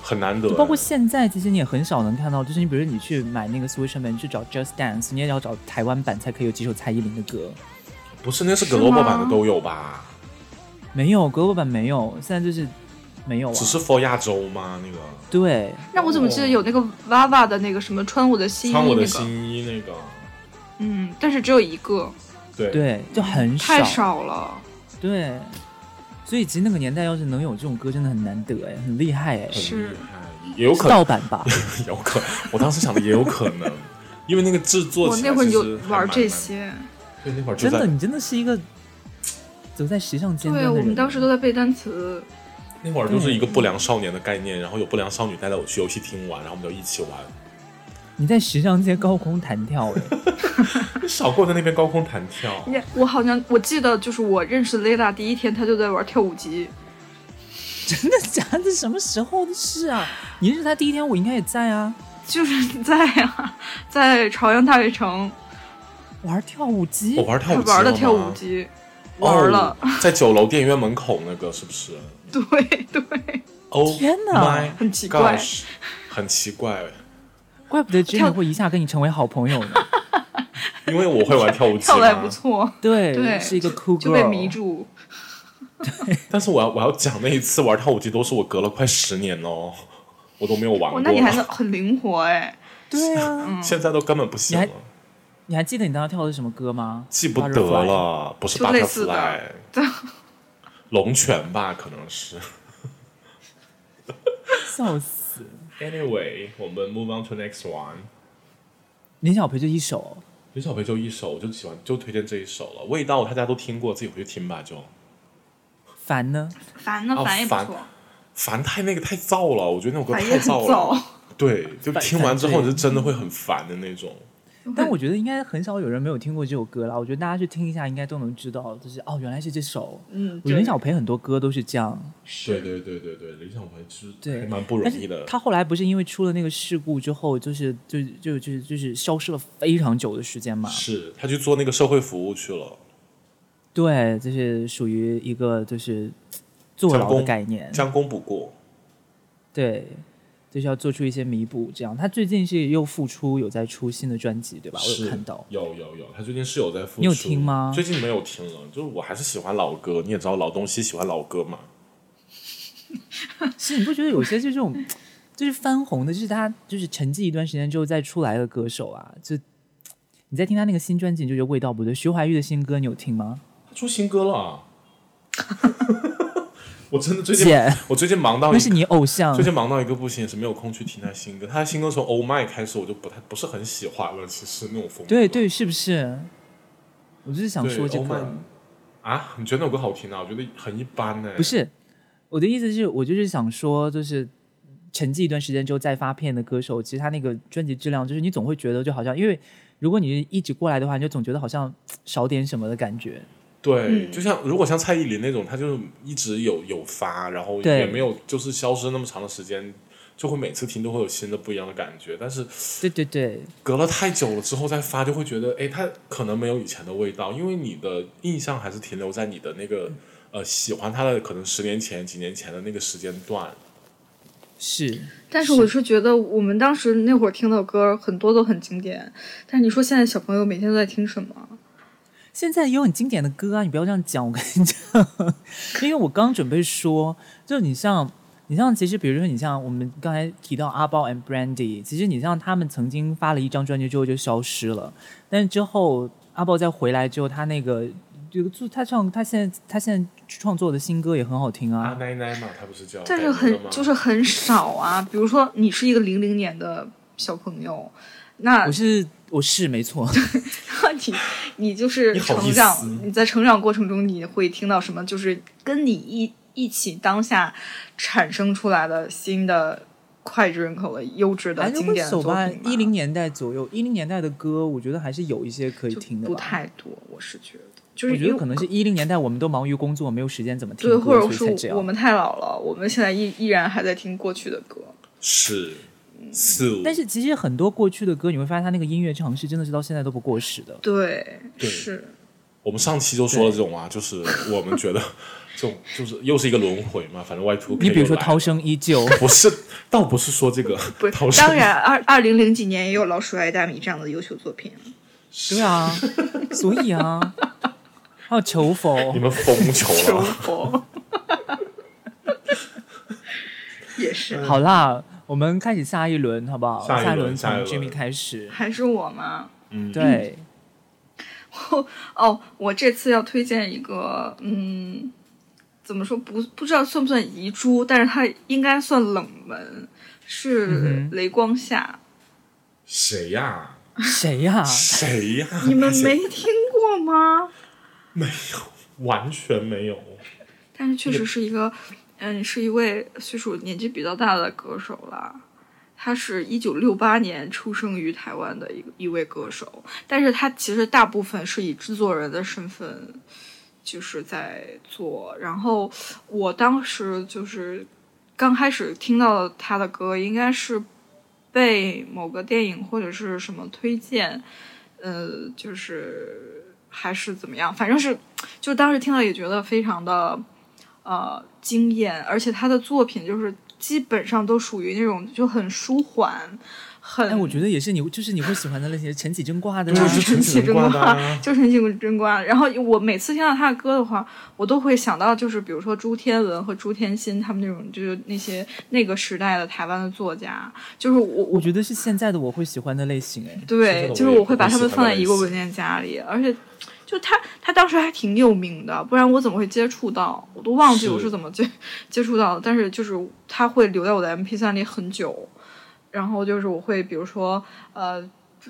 Speaker 2: 很难得
Speaker 1: 就。包括现在其实你也很少能看到，就是你比如说你去买那个 Switch 版，你去找 Just Dance，你也要找台湾版才可以有几首蔡依林的歌，
Speaker 2: 不是，那是
Speaker 3: 是
Speaker 2: global
Speaker 3: 吗
Speaker 2: 版的都有吧？
Speaker 1: 没有，格鲁版没有，现在就是没有啊
Speaker 2: 只，是 for 亚洲吗？那个
Speaker 1: 对，
Speaker 3: 让我怎么记得有那个 Vava 的那个什么穿我的新衣
Speaker 2: 哦穿我的
Speaker 3: 那
Speaker 2: 新
Speaker 3: 个，
Speaker 2: 衣那个，
Speaker 3: 嗯，但是只有一个，
Speaker 2: 对，
Speaker 1: 对，就很
Speaker 3: 太少了。
Speaker 1: 对，所以其实那个年代要是能有这种歌，真的很难得哎，很厉害哎，
Speaker 2: 很
Speaker 3: 是
Speaker 2: 厉害，也有
Speaker 1: 是
Speaker 2: 可
Speaker 1: 盗
Speaker 2: 能，
Speaker 1: 版吧？
Speaker 2: 有可能。我当时想的也有可能，因为那个制作
Speaker 3: 我
Speaker 2: 起来
Speaker 3: 那会儿
Speaker 2: 其
Speaker 3: 就
Speaker 2: 实还
Speaker 3: 玩
Speaker 2: 蛮
Speaker 3: 这，些，
Speaker 2: 蛮对，那 会儿就
Speaker 1: 真的，
Speaker 2: 在，
Speaker 1: 你真的是一个走在时尚尖端
Speaker 3: 对
Speaker 1: 的人。
Speaker 3: 我们当时都在背单词。
Speaker 2: 那会儿就是一个不良少年的概念，然后有不良少女带着我去游戏厅玩，然后我们就一起玩，
Speaker 1: 你在时尚界高空弹跳哎，
Speaker 2: 少过在那边高空弹跳。
Speaker 3: 我好像我记得，就是我认识 Lila 第一天，她就在玩跳舞机。
Speaker 1: 真的假的？这什么时候的事啊？你认识他第一天，我应该也在啊。
Speaker 3: 就是在 啊，在朝阳大悦城，
Speaker 1: 玩跳舞机
Speaker 2: 我，玩
Speaker 3: 他
Speaker 2: 跳舞机
Speaker 3: 玩
Speaker 2: 了
Speaker 3: 了
Speaker 2: 吗
Speaker 3: 跳舞，机，
Speaker 2: 哦
Speaker 3: 玩了，
Speaker 2: 在九楼电影院门口那个是不 是？
Speaker 3: 对 对，
Speaker 2: 哦，
Speaker 1: 天哪
Speaker 3: 很奇怪，
Speaker 2: 很奇怪，
Speaker 1: 怪不得 j
Speaker 3: 跳
Speaker 1: e 会一下跟你成为好朋友 呢。
Speaker 2: 因为我会玩跳舞机，
Speaker 3: 跳的还不。错，
Speaker 2: 哎
Speaker 1: 对，
Speaker 3: 对，
Speaker 1: 是一个 cool
Speaker 3: 就被
Speaker 1: girl，
Speaker 3: 迷住。
Speaker 2: 但是我要我要讲那一次玩跳舞机，都是我隔了快十年哦，我都没有玩
Speaker 3: 哇、
Speaker 2: 过。
Speaker 3: 哦那你还能很灵活哎，
Speaker 1: 对啊，
Speaker 2: 现在都根本不行了
Speaker 1: 你，你还记得你当时跳的是什么歌吗？
Speaker 2: 记不得
Speaker 1: Butterfly。
Speaker 2: 了，不是
Speaker 3: 就类似
Speaker 2: butterfly，
Speaker 3: 的
Speaker 2: 龙泉吧，可能是。
Speaker 1: 笑死！
Speaker 2: Anyway，我们 move on to next one。
Speaker 1: 林小培就一首，
Speaker 2: 刘小培就一首，我就喜欢，就推荐这一首了。味道大家都听过，自己回去听吧。就
Speaker 1: 烦呢？
Speaker 3: 烦呢
Speaker 2: 哦
Speaker 3: 烦也不
Speaker 2: 烦
Speaker 3: 错，
Speaker 2: 烦太那个太燥了，我觉得那首歌
Speaker 3: 烦
Speaker 2: 太
Speaker 3: 也很
Speaker 2: 燥了。
Speaker 3: 燥，
Speaker 2: 对，就
Speaker 1: 烦
Speaker 2: 听完之后
Speaker 1: 烦
Speaker 2: 你是真的会很烦的那种。
Speaker 1: 但我觉得应该很少有人没有听过这首歌啦。我觉得大家去听一下，应该都能知道，就是哦，原来是这首。
Speaker 3: 嗯，
Speaker 1: 我觉得林小培很多歌都是这样，
Speaker 2: 对对对对对，李小培是
Speaker 1: 对
Speaker 2: 还蛮不容
Speaker 1: 但
Speaker 2: 易
Speaker 1: 是
Speaker 2: 的。
Speaker 1: 他后来不是因为出了那个事故之后，就是就就就就是消失了非常久的时间嘛。
Speaker 2: 是他去做那个社会服务去了，
Speaker 1: 对，就是属于一个就是坐
Speaker 2: 将
Speaker 1: 牢的
Speaker 2: 功
Speaker 1: 概念。
Speaker 2: 将功补过。
Speaker 1: 对，就是要做出一些弥补。这样，他最近是又复出，有在出新的专辑，对吧？我
Speaker 2: 是
Speaker 1: 有看到。
Speaker 2: 有有有，他最近是有在付出。
Speaker 1: 你有听吗
Speaker 2: 最近没有听了，就是我还是喜欢老歌，你也知道老东西喜欢老歌嘛。
Speaker 1: 是，你不觉得有些这种就是翻红的，就是他就是沉寂一段时间之后再出来的歌手啊，就你在听他那个新专辑，你就觉得味道不对。徐怀钰的新歌你有听吗？
Speaker 2: 他出新歌了啊， 我真的最近
Speaker 1: 姐，
Speaker 2: 我最近忙到
Speaker 1: 那
Speaker 2: 一
Speaker 1: 是
Speaker 2: 个，
Speaker 1: 你啊偶像
Speaker 2: 最。近忙到一个不行，也是没有空去听他新歌。他的新歌从《Oh My》开始，我就不太不是很喜欢了，其实那种风格。
Speaker 1: 对对，是不是？我就是想
Speaker 2: 对，
Speaker 1: 说这
Speaker 2: Oh
Speaker 1: 个
Speaker 2: My，啊，你觉得那首歌好听啊？我觉得很一般呢、
Speaker 1: 不是我的意思是，我就是想说，就是沉寂一段时间之后再发片的歌手，其实他那个专辑质量，就是你总会觉得就好像，因为如果你一直过来的话，你就总觉得好像少点什么的感觉。
Speaker 2: 对，
Speaker 3: 嗯
Speaker 2: 就像如果像蔡依林那种，她就是一直有有发，然后
Speaker 1: 对
Speaker 2: 也没有就是消失那么长的时间，就会每次听都会有新的不一样的感觉。但是
Speaker 1: 对对对，
Speaker 2: 隔了太久了之后再发，就会觉得哎，它可能没有以前的味道，因为你的印象还是停留在你的那
Speaker 1: 嗯
Speaker 2: 个呃喜欢它的可能十年前、几年前的那个时间
Speaker 1: 啊
Speaker 2: 段。
Speaker 1: 是。
Speaker 3: 但是我是觉得我们当时那会儿听的歌很多都很经典，但是你说现在小朋友每天都在听什么？
Speaker 1: 现在也有很经典的歌啊，你不要这样讲，我跟你讲，因为我刚准备说，就你像你像其实比如说你像我们刚才提到阿豹 and Brandy，其实你像他们曾经发了一张专辑之后就消失了，但是之后阿豹再回来之后，他那个就就他唱他现在他现在创作的新歌也很好听
Speaker 2: 阿
Speaker 1: 啊，
Speaker 2: 奶奶嘛，它不是叫
Speaker 3: 但
Speaker 2: 改
Speaker 3: 是
Speaker 2: 名了吗？
Speaker 3: 很就是很少啊。比如说你是一个零零年的小朋友，那
Speaker 1: 我是我是没错，
Speaker 3: 你你就是
Speaker 2: 你好
Speaker 3: 成
Speaker 2: 意
Speaker 3: 长
Speaker 2: 思，
Speaker 3: 你在成长过程中你会听到什么？就是跟你一一起当下产生出来的新的脍炙人口的优质的
Speaker 1: 还是
Speaker 3: 经
Speaker 1: 会
Speaker 3: 典
Speaker 1: 走
Speaker 3: 作
Speaker 1: 吧，
Speaker 3: 品吧啊
Speaker 1: 一零年代左右，一零年代的歌，我觉得还是有一些可以
Speaker 3: 就
Speaker 1: 听的吧，
Speaker 3: 不太多，我是觉得，就是
Speaker 1: 我觉得
Speaker 3: 因为
Speaker 1: 可能是一零年代我们都忙于工作，没有时间怎么听
Speaker 3: 对，
Speaker 1: 歌，
Speaker 3: 或者
Speaker 1: 所以才这
Speaker 3: 是
Speaker 1: 样。
Speaker 3: 我们太老了，我们现在依依然还在听过去的歌。
Speaker 2: 是
Speaker 3: 嗯
Speaker 2: 素，
Speaker 1: 但是其实很多过去的歌，你会发现它那个音乐尝试真的是到现在都不过时的。
Speaker 3: 对，
Speaker 2: 对
Speaker 3: 是，
Speaker 2: 我们上期就说了这种啊，就是我们觉得 这种就是又是一个轮回嘛，反正 Y two K
Speaker 1: 你比如说《
Speaker 2: 又来了
Speaker 1: 涛，声依 旧》
Speaker 2: 不是，倒不是说这个
Speaker 3: 不
Speaker 2: 涛
Speaker 3: 是？
Speaker 2: 声，
Speaker 3: 当然，二二零零几年也有《老鼠爱大米》这样的优秀作品。
Speaker 1: 对啊，所以啊，还有《求否
Speaker 2: 你》，们疯球
Speaker 3: 生
Speaker 2: 了，
Speaker 3: 活 也是，
Speaker 1: 好啦，我们开始下一轮好不好？
Speaker 2: 下一轮
Speaker 1: 轮从
Speaker 2: 下一轮
Speaker 1: Jimmy 开始。
Speaker 3: 还是我吗？
Speaker 2: 嗯，
Speaker 1: 对，
Speaker 3: 哦，我这次要推荐一个，嗯，怎么说不不知道算不算遗珠，但是它应该算冷门，是
Speaker 1: 嗯
Speaker 3: 《雷光下
Speaker 2: 谁呀？
Speaker 1: 谁呀、
Speaker 2: 谁呀？》，
Speaker 3: 啊你们
Speaker 2: 谁
Speaker 3: 没听过吗？
Speaker 2: 没有，完全没有。
Speaker 3: 但是确实是一个，嗯，是一位岁数年纪比较大的歌手啦。他是一九六八年出生于台湾的一个一位歌手，但是他其实大部分是以制作人的身份，就是在做。然后我当时就是刚开始听到他的歌，应该是被某个电影或者是什么推荐，呃，就是还是怎么样，反正是就当时听了也觉得非常的呃惊艳，而且他的作品就是基本上都属于那种就很舒缓，很
Speaker 1: 哎，我觉得也是你，就是你会喜欢的类型，陈绮贞挂的啦
Speaker 2: 就。是
Speaker 3: 陈
Speaker 2: 陈
Speaker 3: 绮
Speaker 2: 绮
Speaker 3: 贞
Speaker 2: 贞
Speaker 3: 观
Speaker 2: 挂
Speaker 3: 啊
Speaker 2: 的啊
Speaker 3: 就是陈绮贞观。然后我每次听到他的歌的话，我都会想到就是比如说朱天文和朱天心他们那种就是那些那个时代的台湾的作家，就是我
Speaker 1: 我觉得是现在的我会喜欢的类型哎。
Speaker 3: 对，
Speaker 2: 是
Speaker 3: 就是
Speaker 2: 我也
Speaker 3: 我会把
Speaker 2: 不
Speaker 3: 他
Speaker 2: 会
Speaker 3: 们
Speaker 2: 喜欢
Speaker 3: 放在
Speaker 2: 的类
Speaker 3: 一个
Speaker 2: 型
Speaker 3: 文件夹里，而且就他他当时还挺有名的，不然我怎么会接触到？我都忘记我
Speaker 2: 是
Speaker 3: 是怎么接 接触到的。但是就是他会留在我的 MP 3里很久，然后就是我会比如说呃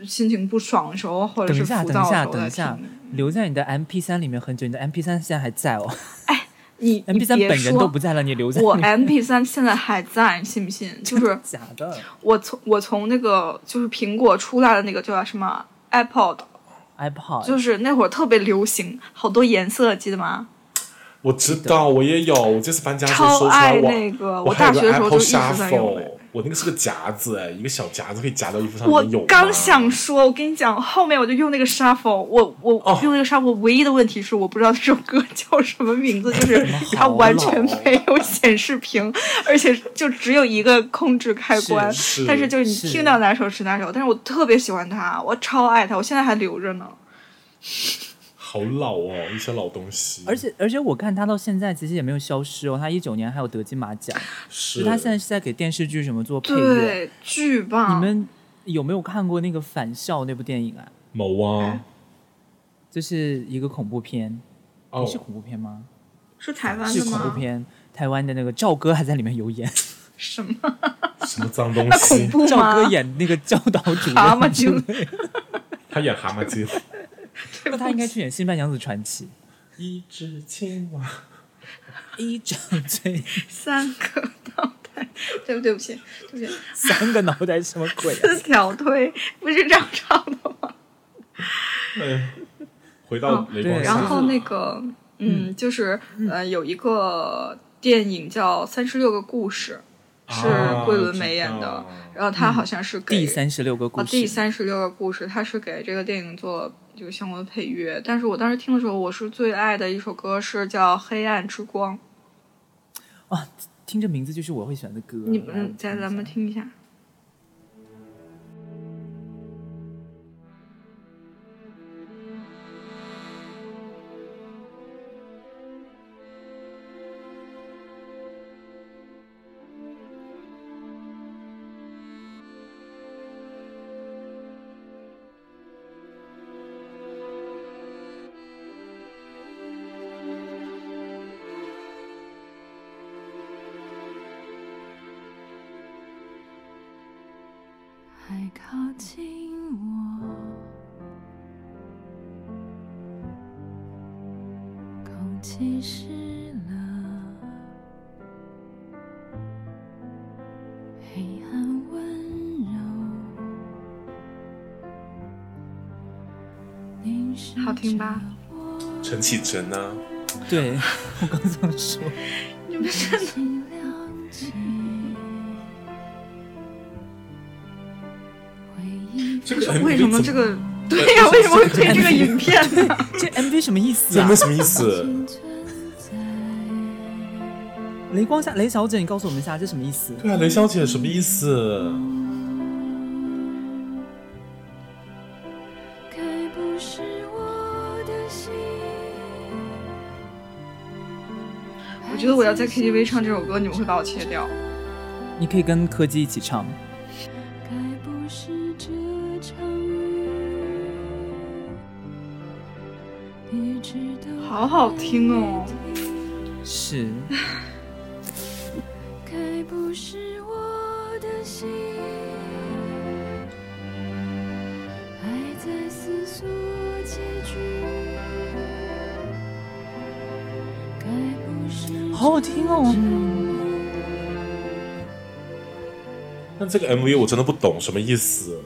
Speaker 3: 心情不爽的时候，或者
Speaker 1: 等
Speaker 3: 是
Speaker 1: 一下，
Speaker 3: 浮
Speaker 1: 等一
Speaker 3: 躁的时
Speaker 1: 下，
Speaker 3: 候
Speaker 1: 等
Speaker 3: 再
Speaker 1: 一下
Speaker 3: 听。，
Speaker 1: 留在你的 M P 三里面很久，你的 M P 三现在还在哦。
Speaker 3: 你
Speaker 1: M
Speaker 3: 你
Speaker 1: P 三
Speaker 3: 别
Speaker 1: 本人都
Speaker 3: 说
Speaker 1: 不，在了，你留在
Speaker 3: 我
Speaker 1: 那
Speaker 3: MP 3现在还在，你信不信？就是
Speaker 1: 假的。
Speaker 3: 我从我从那个就是苹果出来的那个叫什么 iPod，
Speaker 1: iPod，
Speaker 3: 就是那会儿特别流行，好多颜色，记得吗？
Speaker 2: 我知道，我也有。我这次搬家的时候
Speaker 3: 超
Speaker 2: 收出来
Speaker 3: 爱
Speaker 2: 我，
Speaker 3: 那个，
Speaker 2: 我还
Speaker 3: 大
Speaker 2: 有
Speaker 3: 学
Speaker 2: 个
Speaker 3: 的时候就
Speaker 2: Apple
Speaker 3: 一直在用
Speaker 2: Shuffle，
Speaker 3: 的。
Speaker 2: 我那个是个夹子，哎，一个小夹子可以夹到衣服上。
Speaker 3: 我
Speaker 2: 你嗯有吗啊
Speaker 3: 刚想说，我跟你讲，后面我就用那个 shuffle，我我
Speaker 2: 哦
Speaker 3: 用那个 shuffle 唯一的问题是，我不知道这首歌叫什么名字，就是
Speaker 2: 啊
Speaker 3: 它完全没有显示屏，而且就只有一个控制开关。
Speaker 2: 是，
Speaker 3: 但是就是你
Speaker 1: 是
Speaker 3: 听到哪首是哪首，但是我特别喜欢它，我超爱它，我现在还留着呢。
Speaker 2: 好老哦，一些老东西。
Speaker 1: 而且而且我看他到现在其实也没有消失哦，他一九年还有得金马奖，就是是他现在是在给电视剧什么做配乐。
Speaker 3: 对，巨棒！
Speaker 1: 你们有没有看过那个《返校》那部电影啊？
Speaker 2: 某啊，
Speaker 1: 就是一个恐怖片，
Speaker 3: 哎
Speaker 2: 哦，
Speaker 1: 是恐怖片吗？
Speaker 3: 是台湾
Speaker 1: 是
Speaker 3: 的
Speaker 1: 恐怖
Speaker 3: 吗？
Speaker 1: 片，台湾的那个赵哥还在里面有演，
Speaker 3: 什么？
Speaker 2: 什么脏东
Speaker 3: 那恐
Speaker 2: 西？
Speaker 3: 怖
Speaker 1: 赵
Speaker 3: 吗？
Speaker 1: 哥演那个教导主任，
Speaker 3: 蛤蟆精
Speaker 2: 他演蛤蟆精，
Speaker 1: 那他应该去演《新白娘子传奇
Speaker 2: 一只青蛙。》
Speaker 1: 一张嘴
Speaker 3: 三个 脑袋，对不对不起，对不起，
Speaker 1: 三个脑袋什么鬼、 啊？
Speaker 3: 四条腿不是这样唱的吗？
Speaker 2: 哎，回到雷
Speaker 1: 对
Speaker 2: 光
Speaker 3: 哦然
Speaker 2: 下，
Speaker 3: 后那个，嗯，就是呃，有一个电影叫《三十六个故事》，是桂纶镁演的
Speaker 2: 啊。
Speaker 3: 然后他好像是给
Speaker 1: 第三十六个故
Speaker 3: 啊
Speaker 1: 事，
Speaker 3: 第三十六个故事，他是给这个电影做了这个相关的配乐。但是我当时听的时候，我是最爱的一首歌是叫《黑暗之光》，
Speaker 1: 听这名字就是我会选的歌。啊
Speaker 3: 你
Speaker 1: 来我
Speaker 3: 们再咱们
Speaker 1: 一下
Speaker 3: 听一下。
Speaker 4: 还靠近我，空气湿了，黑暗温柔，凝视
Speaker 3: 好听吧
Speaker 4: 着我
Speaker 2: 陈绮贞啊，
Speaker 1: 对， 我刚想说，
Speaker 3: 你们是
Speaker 4: 眼睛亮起，回忆
Speaker 2: 这个 MV
Speaker 3: 为什么这
Speaker 2: 怎
Speaker 3: 个？对呀、为什么会配这个影片呢？
Speaker 1: 这 MV 什么意思
Speaker 2: 这
Speaker 1: 啊
Speaker 2: MV？什么意思？
Speaker 4: 青春在。
Speaker 1: 雷光下，雷小姐，你告诉我们一下这什么意思？
Speaker 2: 对啊，雷小姐什么意思？
Speaker 4: 该不是我的心。
Speaker 3: 我觉得我要在 KTV 唱这首歌，你们会把我切掉。
Speaker 1: 你可以跟柯基一起唱。
Speaker 4: 该不是这场雨一直都
Speaker 3: 好好听哦，
Speaker 1: 是，
Speaker 4: 该不是我的心，还在思索结局。该不是
Speaker 1: 好好听哦。
Speaker 2: 但这个 MV 我真的不懂什么意思，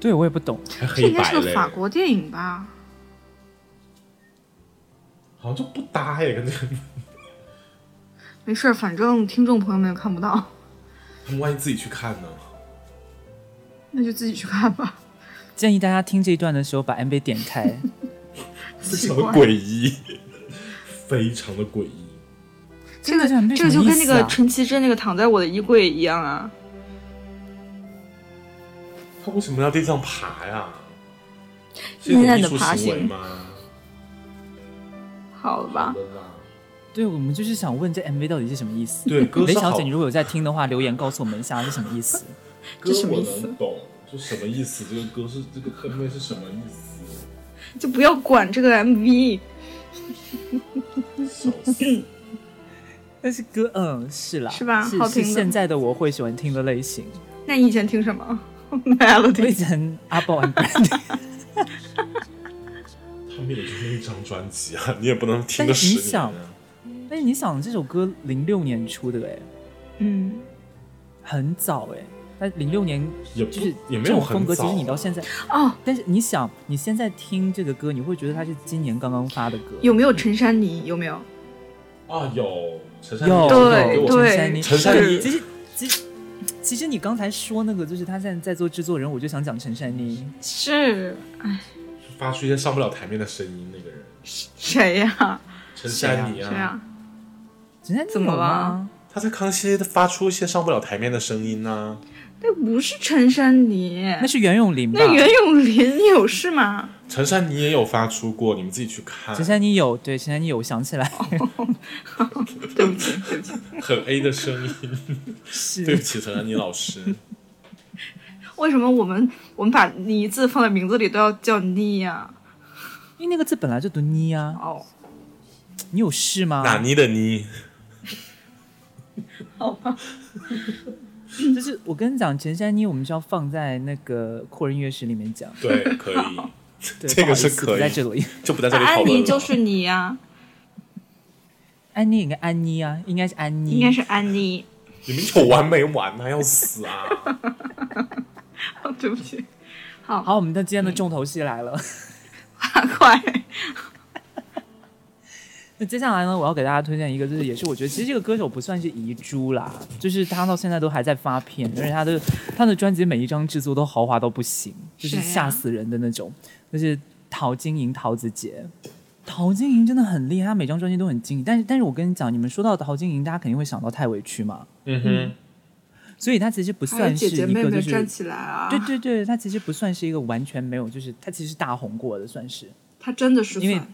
Speaker 1: 对我也不懂，
Speaker 2: 还
Speaker 3: 这
Speaker 2: 黑
Speaker 3: 应该
Speaker 2: 白
Speaker 3: 是
Speaker 2: 嘞
Speaker 3: 个，法国电影吧？
Speaker 2: 好像就不搭哎， 感觉
Speaker 3: 没事儿，反正听众朋友们也看不到，
Speaker 2: 他们万一自己去看呢？
Speaker 3: 那就自己去看吧。
Speaker 1: 建议大家听这一段的时候把 MV 点开。
Speaker 2: 非常的诡 异，非常的诡异。
Speaker 3: 这个
Speaker 1: 这很没
Speaker 3: 这个就
Speaker 1: 什么
Speaker 3: 跟
Speaker 1: 意
Speaker 3: 那
Speaker 1: 思啊
Speaker 3: 个陈绮贞那个躺在我的衣柜一样啊，
Speaker 2: 他为什么要地上爬呀？是
Speaker 3: 阴
Speaker 2: 一
Speaker 3: 暗
Speaker 2: 种
Speaker 3: 的
Speaker 2: 艺术
Speaker 3: 爬
Speaker 2: 行为
Speaker 3: 行
Speaker 2: 吗？
Speaker 3: 好了吧
Speaker 2: 好？的啦
Speaker 1: 对，我们就是想问这 MV 到底是什么意思？
Speaker 2: 对歌
Speaker 1: 雷
Speaker 2: 是
Speaker 1: 小
Speaker 2: 好
Speaker 1: 姐，你如果有在听的话，留言告诉我们一下是什么意 思。
Speaker 2: 歌
Speaker 3: 这什么
Speaker 2: 我
Speaker 3: 意思
Speaker 2: 能懂，就什么意思？这个歌是这个 MV 是什么意 思？
Speaker 3: 就不要管这个 MV，
Speaker 2: 笑死！
Speaker 1: 但是歌，嗯，是啦，
Speaker 3: 是吧好听的
Speaker 1: 是现在的我会喜欢听的类型。
Speaker 3: 那你以前听什么
Speaker 1: 我以
Speaker 3: ？Melody，
Speaker 1: 前阿宝 and Brandy，
Speaker 2: 他们也就是一张专辑啊， 你也不能听
Speaker 1: 但
Speaker 2: 个
Speaker 1: 是你
Speaker 2: 十年啊。
Speaker 1: 但是你想，这首歌零六年出的哎，
Speaker 3: 嗯，
Speaker 1: 很早哎，但零六年
Speaker 2: 也不
Speaker 1: 就是
Speaker 2: 也没
Speaker 1: 这
Speaker 2: 有
Speaker 1: 种
Speaker 2: 很
Speaker 1: 风格，其实
Speaker 2: 早啊
Speaker 1: 你到现在，
Speaker 3: 哦，
Speaker 1: 但是你想你现在听这个歌，你会觉得它是今年刚刚发的歌，
Speaker 3: 有没有陈珊妮？有没有？
Speaker 2: 啊，有陈珊妮
Speaker 1: 有
Speaker 3: 对
Speaker 1: 有
Speaker 2: 有
Speaker 3: 对
Speaker 1: 陈珊妮，
Speaker 2: 陈珊妮
Speaker 1: 其实其实其实你刚才说那个，就是他现在在做制作人，我就想讲陈珊妮，
Speaker 3: 是
Speaker 2: 发出一些上不了台面的声音，那个人
Speaker 3: 谁呀、
Speaker 2: 陈珊妮
Speaker 3: 谁呀、
Speaker 2: 啊，
Speaker 1: 陈珊妮
Speaker 3: 怎么
Speaker 1: 有吗？
Speaker 2: 他在康熙发出一些上不了台面的声音啊呢、
Speaker 3: 那不是陈珊妮，
Speaker 1: 那是袁咏琳吧？
Speaker 3: 那袁咏琳，你有事吗？
Speaker 2: 陈珊妮也有发出过，你们自己去看
Speaker 1: 陈，珊妮有，对，陈珊妮有，我想起来
Speaker 3: 哦对不起，对不起，
Speaker 2: 很 A 的声音。对
Speaker 1: 是
Speaker 2: 不。起，陈珊妮老师，
Speaker 3: 为什么我们我们把“妮”字放在名字里都要叫“妮”呀？
Speaker 1: 因为那个字本来就读妮啊，
Speaker 3: 哦，
Speaker 1: 你有事吗？
Speaker 2: 哪妮的妮？
Speaker 1: 就是我跟你讲，陈珊妮我们是要放在那个酷人音乐室里面讲，
Speaker 2: 对，可以，
Speaker 1: 对，
Speaker 2: 这个是
Speaker 1: 不好意思
Speaker 2: 可以
Speaker 1: 不在这里。
Speaker 2: 就不在这
Speaker 3: 那
Speaker 2: 里讨
Speaker 3: 安
Speaker 2: 论
Speaker 3: 妮
Speaker 2: 了。
Speaker 3: 就是你呀、
Speaker 1: 安妮应该安妮啊，应该是安妮，
Speaker 3: 应该是安妮。
Speaker 2: 你们有完没完呢？要死啊！
Speaker 3: 哦， 对不起，
Speaker 1: 好，我们的今
Speaker 3: 嗯
Speaker 1: 天的重头戏来了。
Speaker 3: 快，
Speaker 1: 那接下来呢，我要给大家推荐一个，就是也是我觉得其实这个歌手不算是遗珠啦，就是他到现在都还在发片，而且他的他的专辑每一张制作都豪华到不行，就是
Speaker 3: 谁啊
Speaker 1: 吓死人的那种。就是陶晶莹、陶子姐，陶晶莹真的很厉害，她每张专辑都很精但是但是我跟你讲，你们说到陶晶莹，大家肯定会想到太委屈嘛，
Speaker 2: 嗯哼，
Speaker 1: 所以她其实不
Speaker 3: 还有
Speaker 1: 算是
Speaker 3: 姐
Speaker 1: 一
Speaker 3: 姐
Speaker 1: 个
Speaker 3: 妹
Speaker 1: 就是
Speaker 3: 妹站起来啊！
Speaker 1: 对，对对，她其实不算是一个完全没有，就是她其实是大红过的，算是。
Speaker 3: 她真的是
Speaker 1: 因为
Speaker 3: 算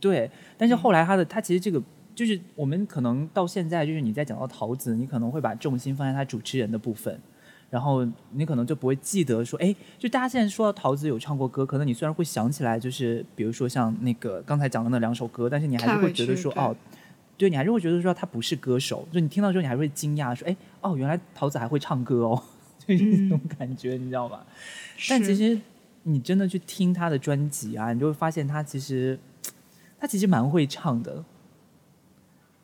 Speaker 1: 对，但
Speaker 3: 嗯
Speaker 1: 是后来他的他其实这个就是我们可能到现在就是你在讲到桃子，你可能会把重心放在他主持人的部分，然后你可能就不会记得说，哎，就大家现在说到桃子有唱过歌，可能你虽然会想起来，就是比如说像那个刚才讲的那两首歌，但是你还是
Speaker 3: 太
Speaker 1: 会
Speaker 3: 委
Speaker 1: 觉得
Speaker 3: 屈
Speaker 1: 说，
Speaker 3: 对
Speaker 1: 哦。对你还是会觉得说他不是歌手，就你听到之后你还会惊讶说，哎，哦，原来桃子还会唱歌哦， 就是那种感觉，你知道吧？但其
Speaker 3: 嗯是
Speaker 1: 实你真的去听他的专辑啊，你就会发现他其实他其实蛮会唱的，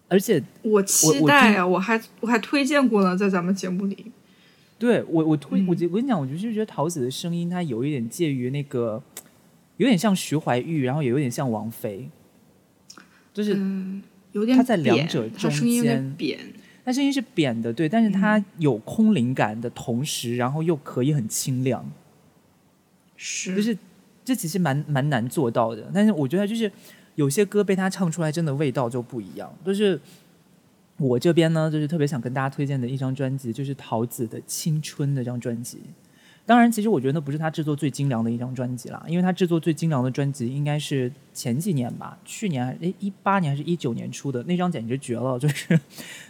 Speaker 1: 而且
Speaker 3: 我
Speaker 1: 我
Speaker 3: 期
Speaker 1: 我
Speaker 3: 待
Speaker 1: 听
Speaker 3: 啊！我还我还推荐过呢，在咱们节目里。
Speaker 1: 对我我推、我
Speaker 3: 嗯
Speaker 1: 觉我跟你讲，我就是觉得桃子的声音，她有一点介于那个，有点像徐怀钰，然后也有点像王菲，就是
Speaker 3: 嗯，有点
Speaker 1: 她在两
Speaker 3: 扁
Speaker 1: 者
Speaker 3: 她声音有
Speaker 1: 中间
Speaker 3: 点扁，
Speaker 1: 她声音是扁的，对，但是
Speaker 3: 嗯
Speaker 1: 她有空灵感的同时，然后又可以很清亮。
Speaker 3: 是
Speaker 1: 就是这其实蛮蛮难做到的。但是我觉得就是有些歌被他唱出来，真的味道就不一样。就是我这边呢，就是特别想跟大家推荐的一张专辑，就是桃子的《青春》那张专辑。当然，其实我觉得那不是他制作最精良的一张专辑啦，因为他制作最精良的专辑应该是前几年吧，去年还诶一八年还是一九年出的那张简直绝了，就是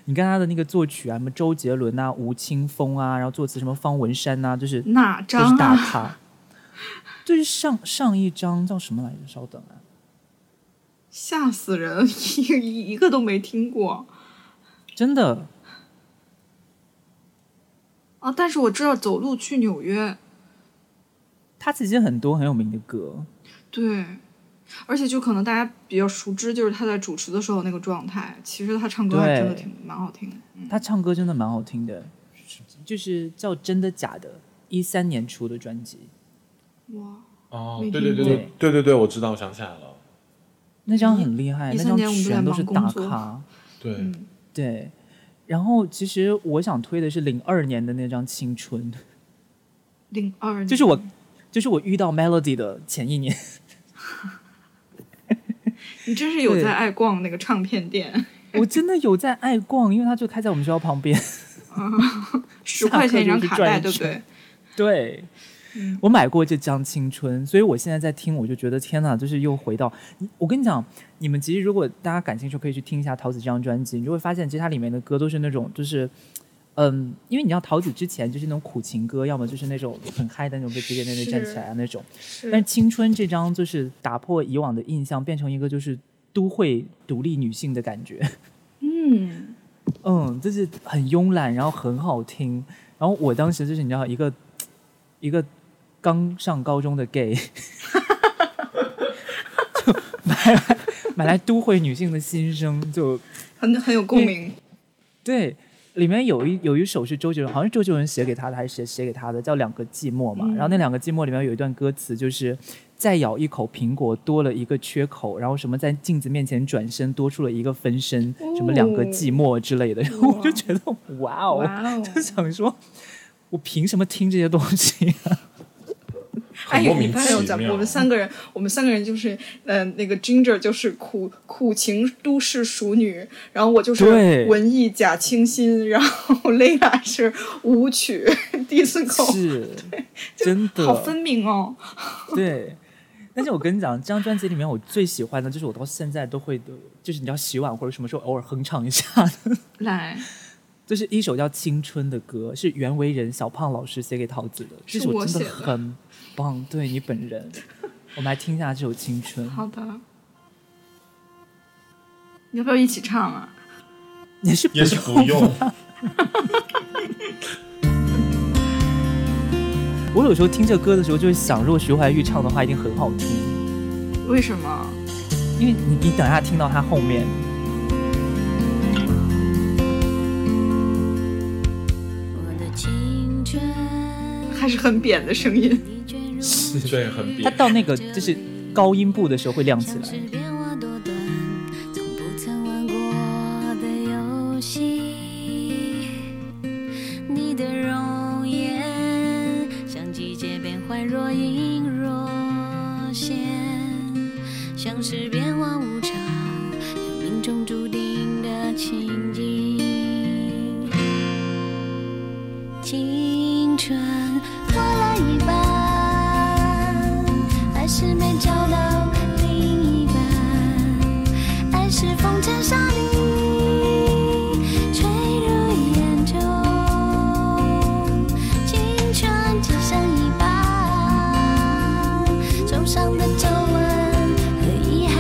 Speaker 1: 你看他的那个作曲啊，什么周杰伦啊、吴青峰啊，然后作词什么方文山呐、就是
Speaker 3: 哪
Speaker 1: 就
Speaker 3: 张
Speaker 1: 是大
Speaker 3: 啊？
Speaker 1: 咖。 就是上上一张叫什么来着？稍等啊，
Speaker 3: 吓死人！一一一个都没听过
Speaker 1: 真的
Speaker 3: 啊！但是我知道《走路去纽约》，
Speaker 1: 他其实很多很有名的歌，
Speaker 3: 对，而且就可能大家比较熟知，就是他在主持的时候那个状态。其实他唱歌还真的
Speaker 1: 对
Speaker 3: 挺蛮好听的。嗯，
Speaker 1: 他唱歌真的蛮好听的，就是叫《真的假的》，一三年出的专辑，
Speaker 3: 哇，
Speaker 2: 哦
Speaker 3: 没，
Speaker 2: 对对对
Speaker 3: 听
Speaker 1: 过
Speaker 2: 对对对对，我知道，我想起来了，
Speaker 1: 那张很厉害，那
Speaker 3: 13
Speaker 1: 张
Speaker 3: 年我们都在
Speaker 1: 全都是
Speaker 3: 忙工
Speaker 1: 大
Speaker 3: 作
Speaker 1: 咖。
Speaker 2: 对，
Speaker 3: 嗯，
Speaker 1: 对，然后其实我想推的是零二年的那张《青春》，
Speaker 3: 零二
Speaker 1: 就是我，就是我遇到 Melody 的前一年。
Speaker 3: 你真是有
Speaker 1: 对
Speaker 3: 在爱逛那个唱 片店，
Speaker 1: 我真的有在爱逛，因为它就开在我们学校旁边。
Speaker 3: 十块钱一张
Speaker 1: 下课就去
Speaker 3: 卡
Speaker 1: 转
Speaker 3: 带，
Speaker 1: 一
Speaker 3: 对不
Speaker 1: 圈
Speaker 3: 对？
Speaker 1: 对，
Speaker 3: 嗯
Speaker 1: 我买过这张《青春》，所以我现在在听，我就觉得天呐，就是又回到你我跟你讲，你们其实如果大家感兴趣，可以去听一下桃子这张专辑，你就会发现，其实它里面的歌都是那种就是。嗯，因为你知道桃子之前就是那种苦情歌，要么就是那种很嗨的那种，被直接在那站起来啊那种。
Speaker 3: 是
Speaker 1: 但是《青春》这张就是打破以往的印象，变成一个就是都会独立女性的感觉。
Speaker 3: 嗯，
Speaker 1: 嗯，就是很慵懒，然后很好听。然后我当时就是你知道一个一个刚上高中的 gay，就买来买来都会女性的心声，就嗯
Speaker 3: 很很有共鸣。
Speaker 1: 对。里面有一有一首是周杰伦，好像是周杰伦写给他的，还是谁写给他的，叫《两个寂寞》嘛。
Speaker 3: 嗯
Speaker 1: 然后那两个寂寞里面有一段歌词，就是再咬一口苹果多了一个缺口，然后什么在镜子面前转身多出了一个分身，
Speaker 3: 哦
Speaker 1: 什么两个寂寞之类的。然 后我就觉得哇哦，
Speaker 3: 哇 哦！
Speaker 1: 就想说，我凭什么听这些东西、 啊？
Speaker 3: 哎
Speaker 2: 很
Speaker 3: 呦，
Speaker 2: 莫
Speaker 3: 你
Speaker 2: 名
Speaker 3: 发现我
Speaker 2: 其
Speaker 3: 咱
Speaker 2: 妙。
Speaker 3: 我们三个人，我们三个人就是，呃，那个 Ginger 就是苦苦情都市熟女，然后我就是
Speaker 1: 对
Speaker 3: 文艺假清新，然后 Layla 是舞曲 disco，
Speaker 1: 是， 真的
Speaker 3: 好分明哦。
Speaker 1: 对，但是我跟你讲，这张专辑里面我最喜欢的就是我到现在都会的，就是你知道洗碗或者什么时候偶尔哼唱一下的，
Speaker 3: 来，
Speaker 1: 就是一首叫《青春》的歌，是袁惟仁小胖老师写给桃子的，这
Speaker 3: 是
Speaker 1: 首
Speaker 3: 我
Speaker 1: 真
Speaker 3: 写
Speaker 1: 的
Speaker 3: 的
Speaker 1: 很棒，对你本 人。我们来听一下这首《青春》，
Speaker 3: 好的，你要不要一起唱啊？
Speaker 1: 也是
Speaker 2: 也是不 用，
Speaker 1: 我有时候听这歌的时候，就会想，如果徐怀钰唱的话，一定很好听，
Speaker 3: 为什么？
Speaker 1: 因为你你等一下听到他后面，
Speaker 4: 我的青春，
Speaker 3: 还是很扁的声音。
Speaker 4: 你卷入
Speaker 2: 对，很
Speaker 1: 他
Speaker 2: 扁。
Speaker 1: 到那个就是高音部的时候会亮起
Speaker 4: 像
Speaker 1: 来。
Speaker 4: 是变化多端，从不曾玩过的游戏。你的容颜像季节变换，若隐若现，像是变化无常，有命中注定的情景。青春多了一半，还是没找到另一半，爱是风尘沙砾，坠入眼中。青春只剩一半，受伤的皱纹和遗憾，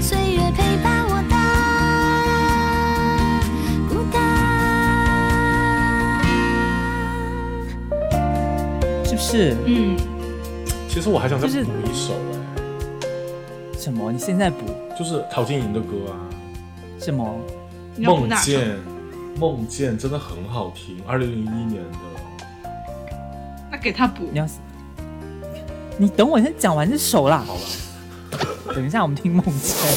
Speaker 4: 岁月陪伴我的孤单。
Speaker 1: 是不是？
Speaker 3: 嗯，
Speaker 2: 其实我还想再
Speaker 1: 就是
Speaker 2: 补一首哎，
Speaker 1: 什么？你现在补
Speaker 2: 就是陶晶莹的歌啊，
Speaker 1: 什么？
Speaker 3: 你要补
Speaker 2: 梦
Speaker 3: 哪首？
Speaker 2: 见，梦见真的很好听，二零零一年的，
Speaker 3: 那给他补
Speaker 1: 你。要，你等我先讲完这首啦。
Speaker 2: 好吧，
Speaker 1: 等一下我们听梦见。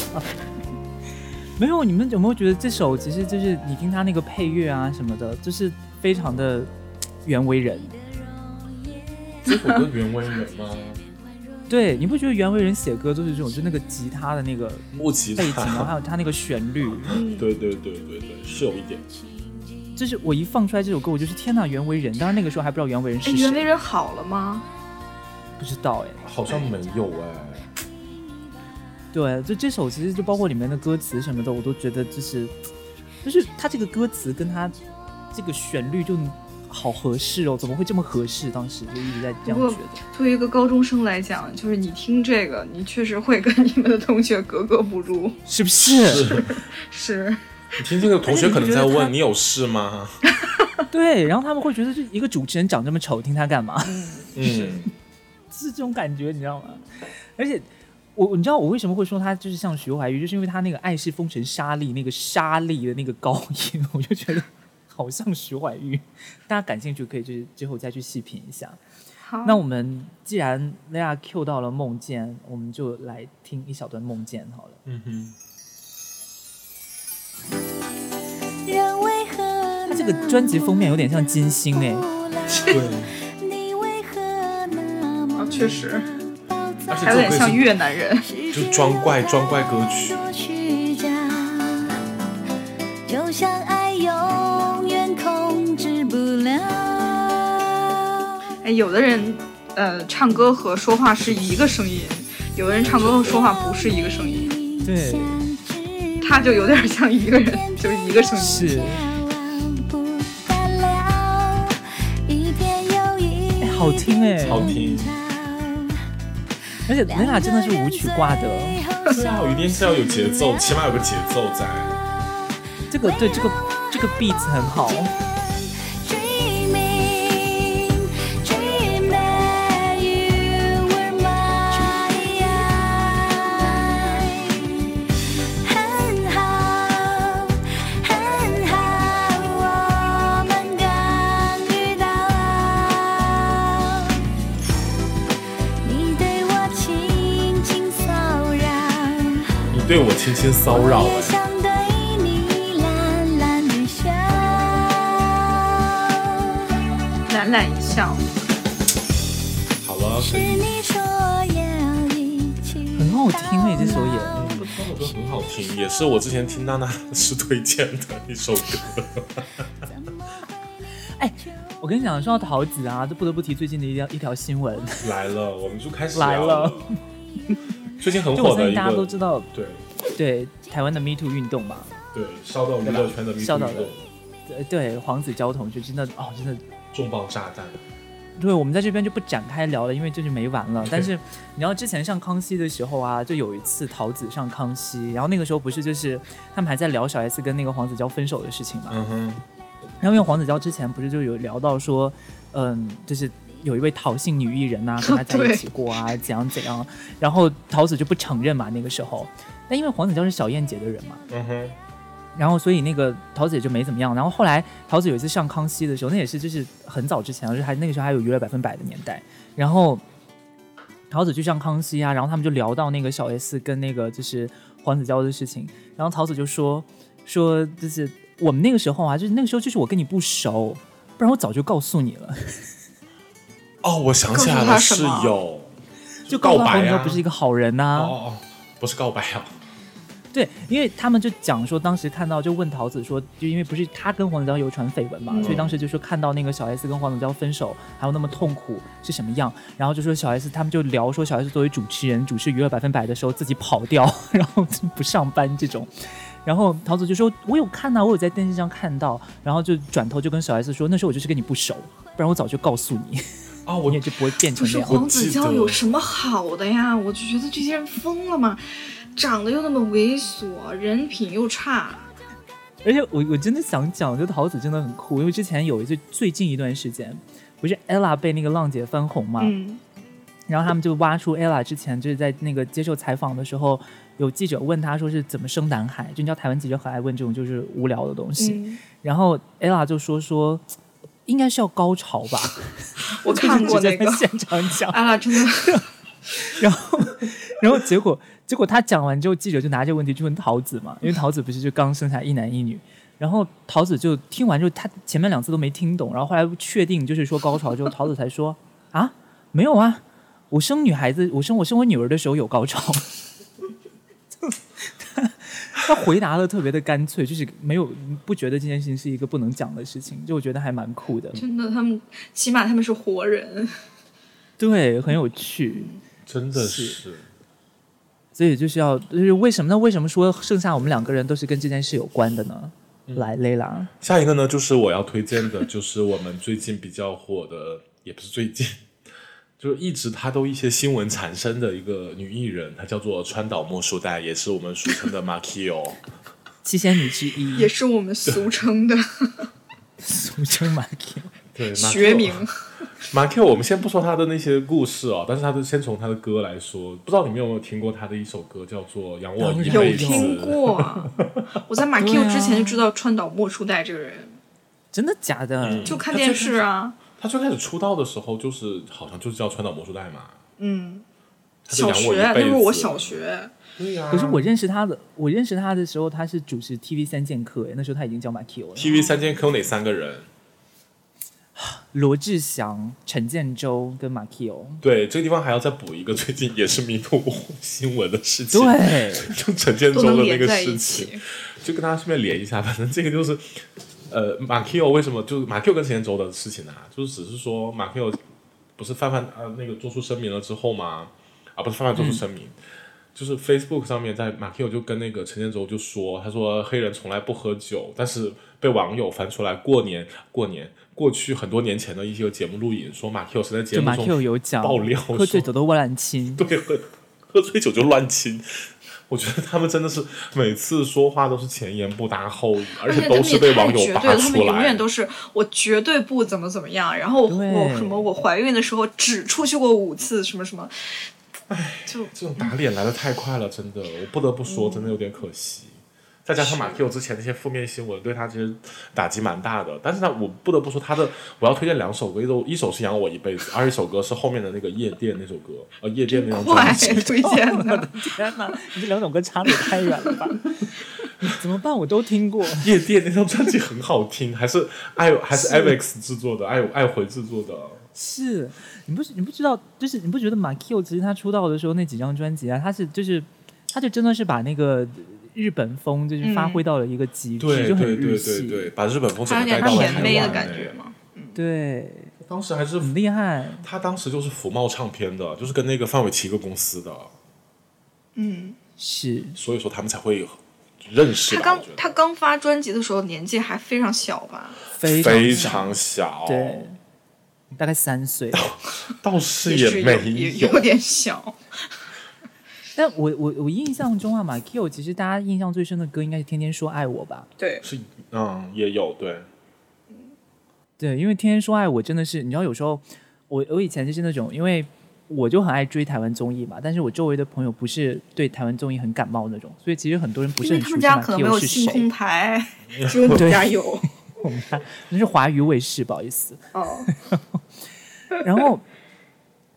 Speaker 1: 没有，你们有没有觉得这首其实就是你听他那个配乐啊什么的，就是非常的嘖袁惟仁。
Speaker 2: 这首歌袁惟仁 吗？
Speaker 1: 对，你不觉得袁惟仁写歌就是这种，就那个吉他的那个
Speaker 2: 木吉
Speaker 1: 背景，然后还
Speaker 2: 他，
Speaker 1: 有他那个旋律，
Speaker 3: 嗯，
Speaker 2: 对对对对对，是有一点。
Speaker 1: 就是我一放出来这首歌，我就是天呐，袁惟仁！当然那个时候还不知道袁惟仁
Speaker 3: 哎，
Speaker 1: 是
Speaker 3: 袁惟
Speaker 1: 谁，
Speaker 3: 仁好了吗？
Speaker 1: 不知道哎。
Speaker 2: 好像没有哎，
Speaker 1: 对，就这首其实就包括里面的歌词什么的，我都觉得就是，就是他这个歌词跟他这个旋律就好合适哦，怎么会这么合适？当时就一直在这样
Speaker 3: 不过
Speaker 1: 觉得。
Speaker 3: 作为一个高中生来讲，就是你听这个，你确实会跟你们的同学格格不入。
Speaker 1: 是不是？
Speaker 2: 是
Speaker 3: 是，
Speaker 2: 你听这个同学可能在
Speaker 3: 而且你觉得他
Speaker 2: 问你有事吗？
Speaker 1: 对，然后他们会觉得，就一个主持人长这么丑，听他干嘛？
Speaker 2: 嗯，
Speaker 1: 是这种感觉，你知道吗？而且我，你知道我为什么会说他就是像徐怀钰，就是因为他那个《爱是风尘沙粒》那个沙粒的那个高音，我就觉得好像徐怀钰。大家感兴趣可以就是之后再去细品一下。
Speaker 3: 好，
Speaker 1: 那我们既然那亚 Q 到了梦见，我们就来听一小段梦见好了。
Speaker 2: 嗯哼，
Speaker 4: 人为何
Speaker 1: 它这个专辑封面有点像金星哎、
Speaker 4: 啊
Speaker 2: 对，
Speaker 4: 你为何那
Speaker 3: 啊
Speaker 4: 么
Speaker 3: 确实，
Speaker 2: 而且
Speaker 3: 还有点
Speaker 2: 这首
Speaker 3: 像
Speaker 2: 歌
Speaker 3: 越南人。
Speaker 2: 就装怪装怪歌曲
Speaker 4: 曲。就像爱永远控制不了。
Speaker 3: 哎，有的人，呃，唱歌和说话是一个声音，有的人唱歌和说话不是一个声音，
Speaker 1: 对，
Speaker 3: 他就有点像一个人，就是一个声音。
Speaker 1: 是哎好听哎、
Speaker 2: 好听。
Speaker 1: 而且那 a 真的是舞曲挂的，哦
Speaker 2: 对啊，我一定是要有节 奏，起码有个节奏在。
Speaker 1: 这个对这个这个 beat 很好，
Speaker 4: Dreaming, dream that you were mine. 很好，很好，
Speaker 2: 对我轻轻骚扰、
Speaker 4: 我也
Speaker 2: 哎，
Speaker 4: 想对你懒懒的笑。
Speaker 3: 懒懒一笑，
Speaker 2: 好了，
Speaker 4: 是你说也要一起。
Speaker 1: 很好听哎，这首也。
Speaker 2: 这首歌很好听，也是我之前听娜娜是推荐的一首歌。
Speaker 1: 哎我跟你讲，说到桃子啊，就不得不提最近的一条一条新 闻，
Speaker 2: 来了，我们就开始
Speaker 1: 来
Speaker 2: 聊
Speaker 1: 了
Speaker 2: 了。 最近很
Speaker 1: 就我
Speaker 2: 火
Speaker 1: 相
Speaker 2: 的
Speaker 1: 信
Speaker 2: 一
Speaker 1: 大家都
Speaker 2: 个，
Speaker 1: 知道，
Speaker 2: 对
Speaker 1: 对台湾的 Me Too 运动吧，
Speaker 2: 对，烧到娱乐圈的迷
Speaker 1: 烧到
Speaker 2: 运动
Speaker 1: 了对对，黄子佼同学真的哦，真的
Speaker 2: 重磅炸弹，
Speaker 1: 对，我们在这边就不展开聊了，因为这就没完了
Speaker 2: 对。
Speaker 1: 但是你知道之前上康熙的时候啊，就有一次桃子上康熙，然后那个时候不是就是他们还在聊小 S 跟那个黄子佼分手的事情嘛。
Speaker 2: 嗯哼，
Speaker 1: 然后因为黄子佼之前不是就有聊到说，嗯，就是有一位陶姓女艺人呐、跟他在
Speaker 3: 对
Speaker 1: 一起过啊，怎样怎样。然后桃子就不承认嘛，那个时候。但因为黄子佼是小燕姐的人嘛，
Speaker 2: 嗯哼，
Speaker 1: 然后所以那个桃子也就没怎么样。然后后来桃子有一次上康熙的啊时候，那也是就是很早之前，就是还那个时候还有娱乐百分百的年代。然后桃子去上康熙啊，然后他们就聊到那个小 S 跟那个就是黄子佼的事情，然后桃子就说说就是我们那个时候啊，就是那个时候就是我跟你不熟，不然我早就告诉你了。
Speaker 2: 哦，我想起来
Speaker 3: 告诉他
Speaker 2: 了，
Speaker 3: 什
Speaker 2: 是
Speaker 3: 么
Speaker 2: 有
Speaker 1: 就告
Speaker 2: 告
Speaker 1: 诉他黄
Speaker 2: 白
Speaker 1: 子佼
Speaker 2: 啊，
Speaker 1: 不是一个好人啊呐、
Speaker 2: 哦哦，不是告白啊，
Speaker 1: 对，因为他们就讲说，当时看到就问桃子说，就因为不是他跟黄子佼有传绯闻嘛，所以当时就说看到那个小 S 跟黄子佼分手，还有那么痛苦是什么样，然后就说小 S 他们就聊说小 S 作为主持人主持娱乐百分百的时候自己跑掉，然后就不上班这种。然后桃子就说：“我有看呐、我有在电视上看到。”然后就转头就跟小 S 说：“那时候我就是跟你不熟，不然我早就告诉你，
Speaker 2: 啊，
Speaker 1: 你
Speaker 2: 我
Speaker 1: 也就不会变
Speaker 3: 不
Speaker 1: 成
Speaker 3: 是
Speaker 1: 那样。
Speaker 3: 黄子佼有什么好的呀？我就觉得这些人疯了嘛，长得又那么猥琐，人品又差，
Speaker 1: 而且我我真的想讲，就桃子真的很酷，因为之前有一次最近一段时间，不是 ella 被那个浪姐翻红嘛，
Speaker 3: 嗯，
Speaker 1: 然后他们就挖出 ella 之前就是在那个接受采访的时候，有记者问她说是怎么生男孩，就你知道台湾记者很爱问这种就是无聊的东西，
Speaker 3: 嗯，
Speaker 1: 然后 ella 就说说应该是要高潮吧，
Speaker 3: 我看过
Speaker 1: 就是直接
Speaker 3: 那个
Speaker 1: 在，现场 讲，
Speaker 3: 哎呀，真的，
Speaker 1: 然后，然后结果，结果他讲完之后，记者就拿这个问题去问桃子嘛，因为桃子不是就刚生下一男一女，然后桃子就听完之后，他前面两次都没听懂，然后后来确定就是说高潮之后，桃子才说啊，没有啊，我生女孩子，我生我生我女儿的时候有高潮。他他回答的特别的干脆，就是没有不觉得这件事情是一个不能讲的事情，就我觉得还蛮酷的，
Speaker 3: 真的，他们起码他们是活人，
Speaker 1: 对，很有趣。
Speaker 2: 真的
Speaker 1: 是
Speaker 2: 是
Speaker 1: 所以就是要，就是为什么呢？为什么说剩下我们两个人都是跟这件事有关的呢？
Speaker 2: 嗯
Speaker 1: 来，雷拉，
Speaker 2: 下一个呢，就是我要推荐的，就是我们最近比较火的，也不是最近， 就是一直她都一些新闻缠身的一个女艺人，她叫做川岛茉树代，也是我们俗称 的 Makio。
Speaker 1: 七仙女之一，
Speaker 3: 也是我们俗 称的
Speaker 1: 俗称马 Q。
Speaker 2: 对，
Speaker 3: 学名。
Speaker 2: Makio。我们先不说她的那些故事哦，但是她的先从她的歌来说，不知道你们有没有听过她的一首歌，叫做《仰望一
Speaker 1: 有
Speaker 3: 有
Speaker 2: 辈子》。
Speaker 3: 听 过，我在马 Q
Speaker 1: 对啊嗯
Speaker 3: 之前就知道川岛茉树代这个人，
Speaker 1: 真的假的？
Speaker 2: 嗯
Speaker 3: 就看电视啊，
Speaker 2: 她最开始出道的时候，就是好像就是叫川岛茉树代嘛。
Speaker 3: 嗯，
Speaker 2: 她就
Speaker 3: 小
Speaker 2: 养我
Speaker 3: 学啊
Speaker 2: 一辈
Speaker 3: 那
Speaker 2: 子
Speaker 3: 会儿我小学，啊
Speaker 2: 对呀、
Speaker 1: 可是我认识她的，我认识她的时候，她是主持 TV 三剑客，哎，那时候她已经叫马 Q 了。
Speaker 2: TV 三间 Q 哪三个人？
Speaker 1: 罗志祥、陈建州跟马 Q。
Speaker 2: 对，这个地方还要再补一个，最近也是迷途新闻的事情，，
Speaker 1: 对，
Speaker 2: 就陈建州
Speaker 3: 都能
Speaker 2: 的那
Speaker 3: 连
Speaker 2: 个
Speaker 3: 在
Speaker 2: 事
Speaker 3: 一
Speaker 2: 情，
Speaker 3: 起。
Speaker 2: 就跟大家顺便连一下， 反正这个就是，呃，马 Q 为什么就是马 Q 跟陈建州的事情啊，就是只是说马 Q 不是范范呃那个做出声明了之后吗？啊，不是范范做出声
Speaker 1: 嗯
Speaker 2: 明。就是 Facebook 上面，在马 Q 就跟那个陈建州就说，他说黑人从来不喝酒，但是被网友翻出来过年过年过去很多年前的一些节目录影，说马 Q 曾在节
Speaker 1: 就
Speaker 2: 目
Speaker 1: 马
Speaker 2: 中
Speaker 1: Q 有讲，
Speaker 2: 爆料
Speaker 1: 喝醉
Speaker 2: 说
Speaker 1: 酒都忘乱亲。
Speaker 2: 对，喝喝醉酒就乱亲。我觉得他们真的是每次说话都是前言不搭后语，而且
Speaker 3: 他
Speaker 2: 都
Speaker 3: 们也
Speaker 2: 是被
Speaker 3: 太
Speaker 2: 网友
Speaker 3: 绝
Speaker 2: 扒
Speaker 3: 对了，他
Speaker 2: 出
Speaker 3: 们永
Speaker 2: 来
Speaker 3: 远。都是我绝对不怎么怎么样，然后我
Speaker 1: 对
Speaker 3: 我什么我怀孕的时候只出去过五次，什么什么，就嗯
Speaker 2: 这种打脸来的太快了，真的，我不得不说，真的有点可惜。再加上马 Q 之前那些负面新闻，对他其实打击蛮大的。但是呢，我不得不说他的，我要推荐两首歌，一首一首是《养我一辈子》，二一首歌是后面的那个夜店那首歌，呃，夜店那张
Speaker 3: 快
Speaker 2: 专辑。
Speaker 3: 推荐
Speaker 1: 我的
Speaker 3: 的，
Speaker 1: 天哪，你这两首歌差的也太远了吧？ 怎么办？我都听过。
Speaker 2: 夜店那张专辑很好听，还是爱还是
Speaker 1: 是
Speaker 2: Avex 制作的，爱爱回制作的。
Speaker 1: 是你不是你不知道，就是你不觉得马 Q 其实他出道的时候那几张专辑啊，他是就是他就真的是把那个日本风就是发挥到了一个极致，
Speaker 2: 对
Speaker 1: 就很
Speaker 2: 对
Speaker 1: 日
Speaker 2: 对
Speaker 1: 系，
Speaker 2: 对对，把日本风
Speaker 3: 还
Speaker 2: 整个带
Speaker 3: 有点
Speaker 2: 到了
Speaker 3: 甜
Speaker 2: 台
Speaker 3: 妹的
Speaker 2: 湾
Speaker 3: 感
Speaker 2: 哎
Speaker 3: 觉嘛。
Speaker 1: 对
Speaker 2: 当时还是
Speaker 1: 很厉害。
Speaker 2: 他当时就是福茂唱片的，就是跟那个范玮琪一个公司的，
Speaker 3: 嗯，
Speaker 1: 是
Speaker 2: 所以说他们才会认识
Speaker 3: 他
Speaker 2: 吧。
Speaker 3: 刚
Speaker 2: 我觉得
Speaker 3: 他刚发专辑的时候年纪还非常小吧？
Speaker 1: 非常
Speaker 2: 非常小，
Speaker 1: 对，大概三 岁。
Speaker 2: 倒是
Speaker 3: 也是
Speaker 2: 没
Speaker 3: 有也有点小。
Speaker 1: 但我我我印象中啊，马 Q 其实大家印象最深的歌应该是《天天说爱我》吧？
Speaker 3: 对，
Speaker 2: 是嗯也有对，
Speaker 1: 对，因为《天天说爱我》真的是，你知道，有时候我我以前就是那种，因为我就很爱追台湾综艺嘛，但是我周围的朋友不是对台湾综艺很感冒那种，所以其实很多人不
Speaker 3: 因
Speaker 1: 是
Speaker 3: 为
Speaker 1: 很熟悉
Speaker 3: 他们家
Speaker 1: 马
Speaker 3: 可能没有
Speaker 1: Q 是
Speaker 3: 星空
Speaker 1: 谁，
Speaker 3: 台，只有你家有。
Speaker 1: 那是华娱卫视，不好意思。
Speaker 3: 哦，
Speaker 1: 然后，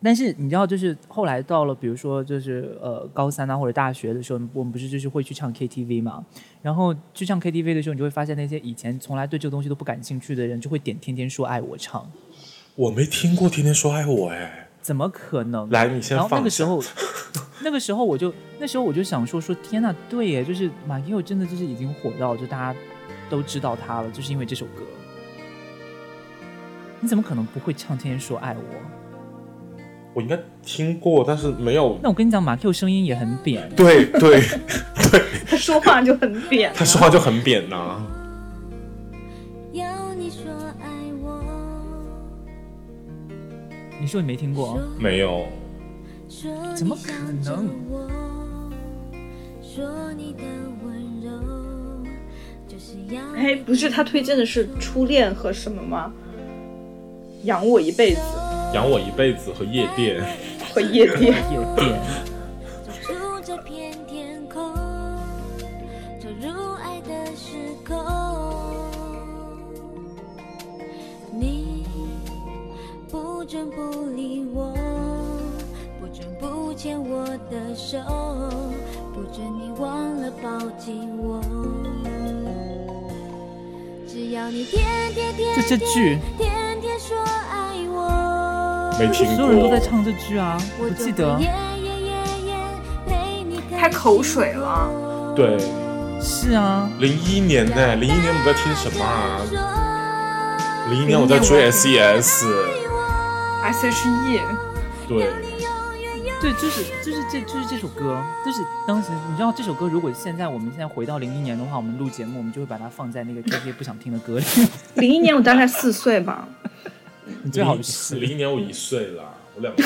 Speaker 1: 但是你知道，就是后来到了，比如说就是呃高三啊或者大学的时候，我们不是就是会去唱 KTV 嘛？然后去唱 KTV 的时候，你就会发现那些以前从来对这个东西都不感兴趣的人，就会点《天天说爱我》唱。
Speaker 2: 我没听过《天天说爱我》哎，
Speaker 1: 怎么可能？
Speaker 2: 来你先
Speaker 1: 然后那
Speaker 2: 放
Speaker 1: 个
Speaker 2: 一
Speaker 1: 时
Speaker 2: 下，
Speaker 1: 候，那个时候我就那时候我就想说说天呐，对耶，就是马奎真的就是已经火到就大家都知道他了，就是因为这首歌。你怎么可能不会唱《天天说爱我》？
Speaker 2: 我应该听过，但是没有。
Speaker 1: 那我跟你讲，马 Q 声音也很扁，
Speaker 2: 对对，
Speaker 3: 他说话就很扁啊。
Speaker 2: 他说话就很扁呐、
Speaker 4: 要你说爱我，
Speaker 1: 你说你没听过？
Speaker 2: 没有，
Speaker 4: 说
Speaker 1: 怎么
Speaker 4: 你
Speaker 1: 可
Speaker 4: 想着
Speaker 1: 能
Speaker 4: 我？说你的温柔，就是要
Speaker 3: 哎，不是他推荐的是《初恋》和什么吗？养我一辈子
Speaker 2: 养我一辈子和夜店，
Speaker 3: 和夜店，
Speaker 1: 夜店，
Speaker 4: 住这片天空，投入爱的时空。你不准不理我，不准不牵我的手，不准你忘了抱紧我。只要你天天天
Speaker 1: 就这
Speaker 4: 天
Speaker 1: 句，
Speaker 4: 天天说爱我，
Speaker 2: 没听
Speaker 1: 所有人都在
Speaker 2: 过。
Speaker 1: 唱这句啊，我
Speaker 4: 我
Speaker 1: 记得
Speaker 3: 太口水了。
Speaker 2: 对，
Speaker 1: 是啊，
Speaker 2: 零一年呢，零一年我们在听什么啊？零一年我在追 E SES，
Speaker 3: S.H.E，
Speaker 2: 对，
Speaker 1: 对，就是就是这就是这首歌，就是当时你知道这首歌，如果现在我们现在回到零一年的话，我们录节目，我们就会把它放在那个这些不想听的歌里，
Speaker 3: 零一年我大概四岁吧。
Speaker 1: 你最好是。
Speaker 2: 零一年我一岁了，我 两岁。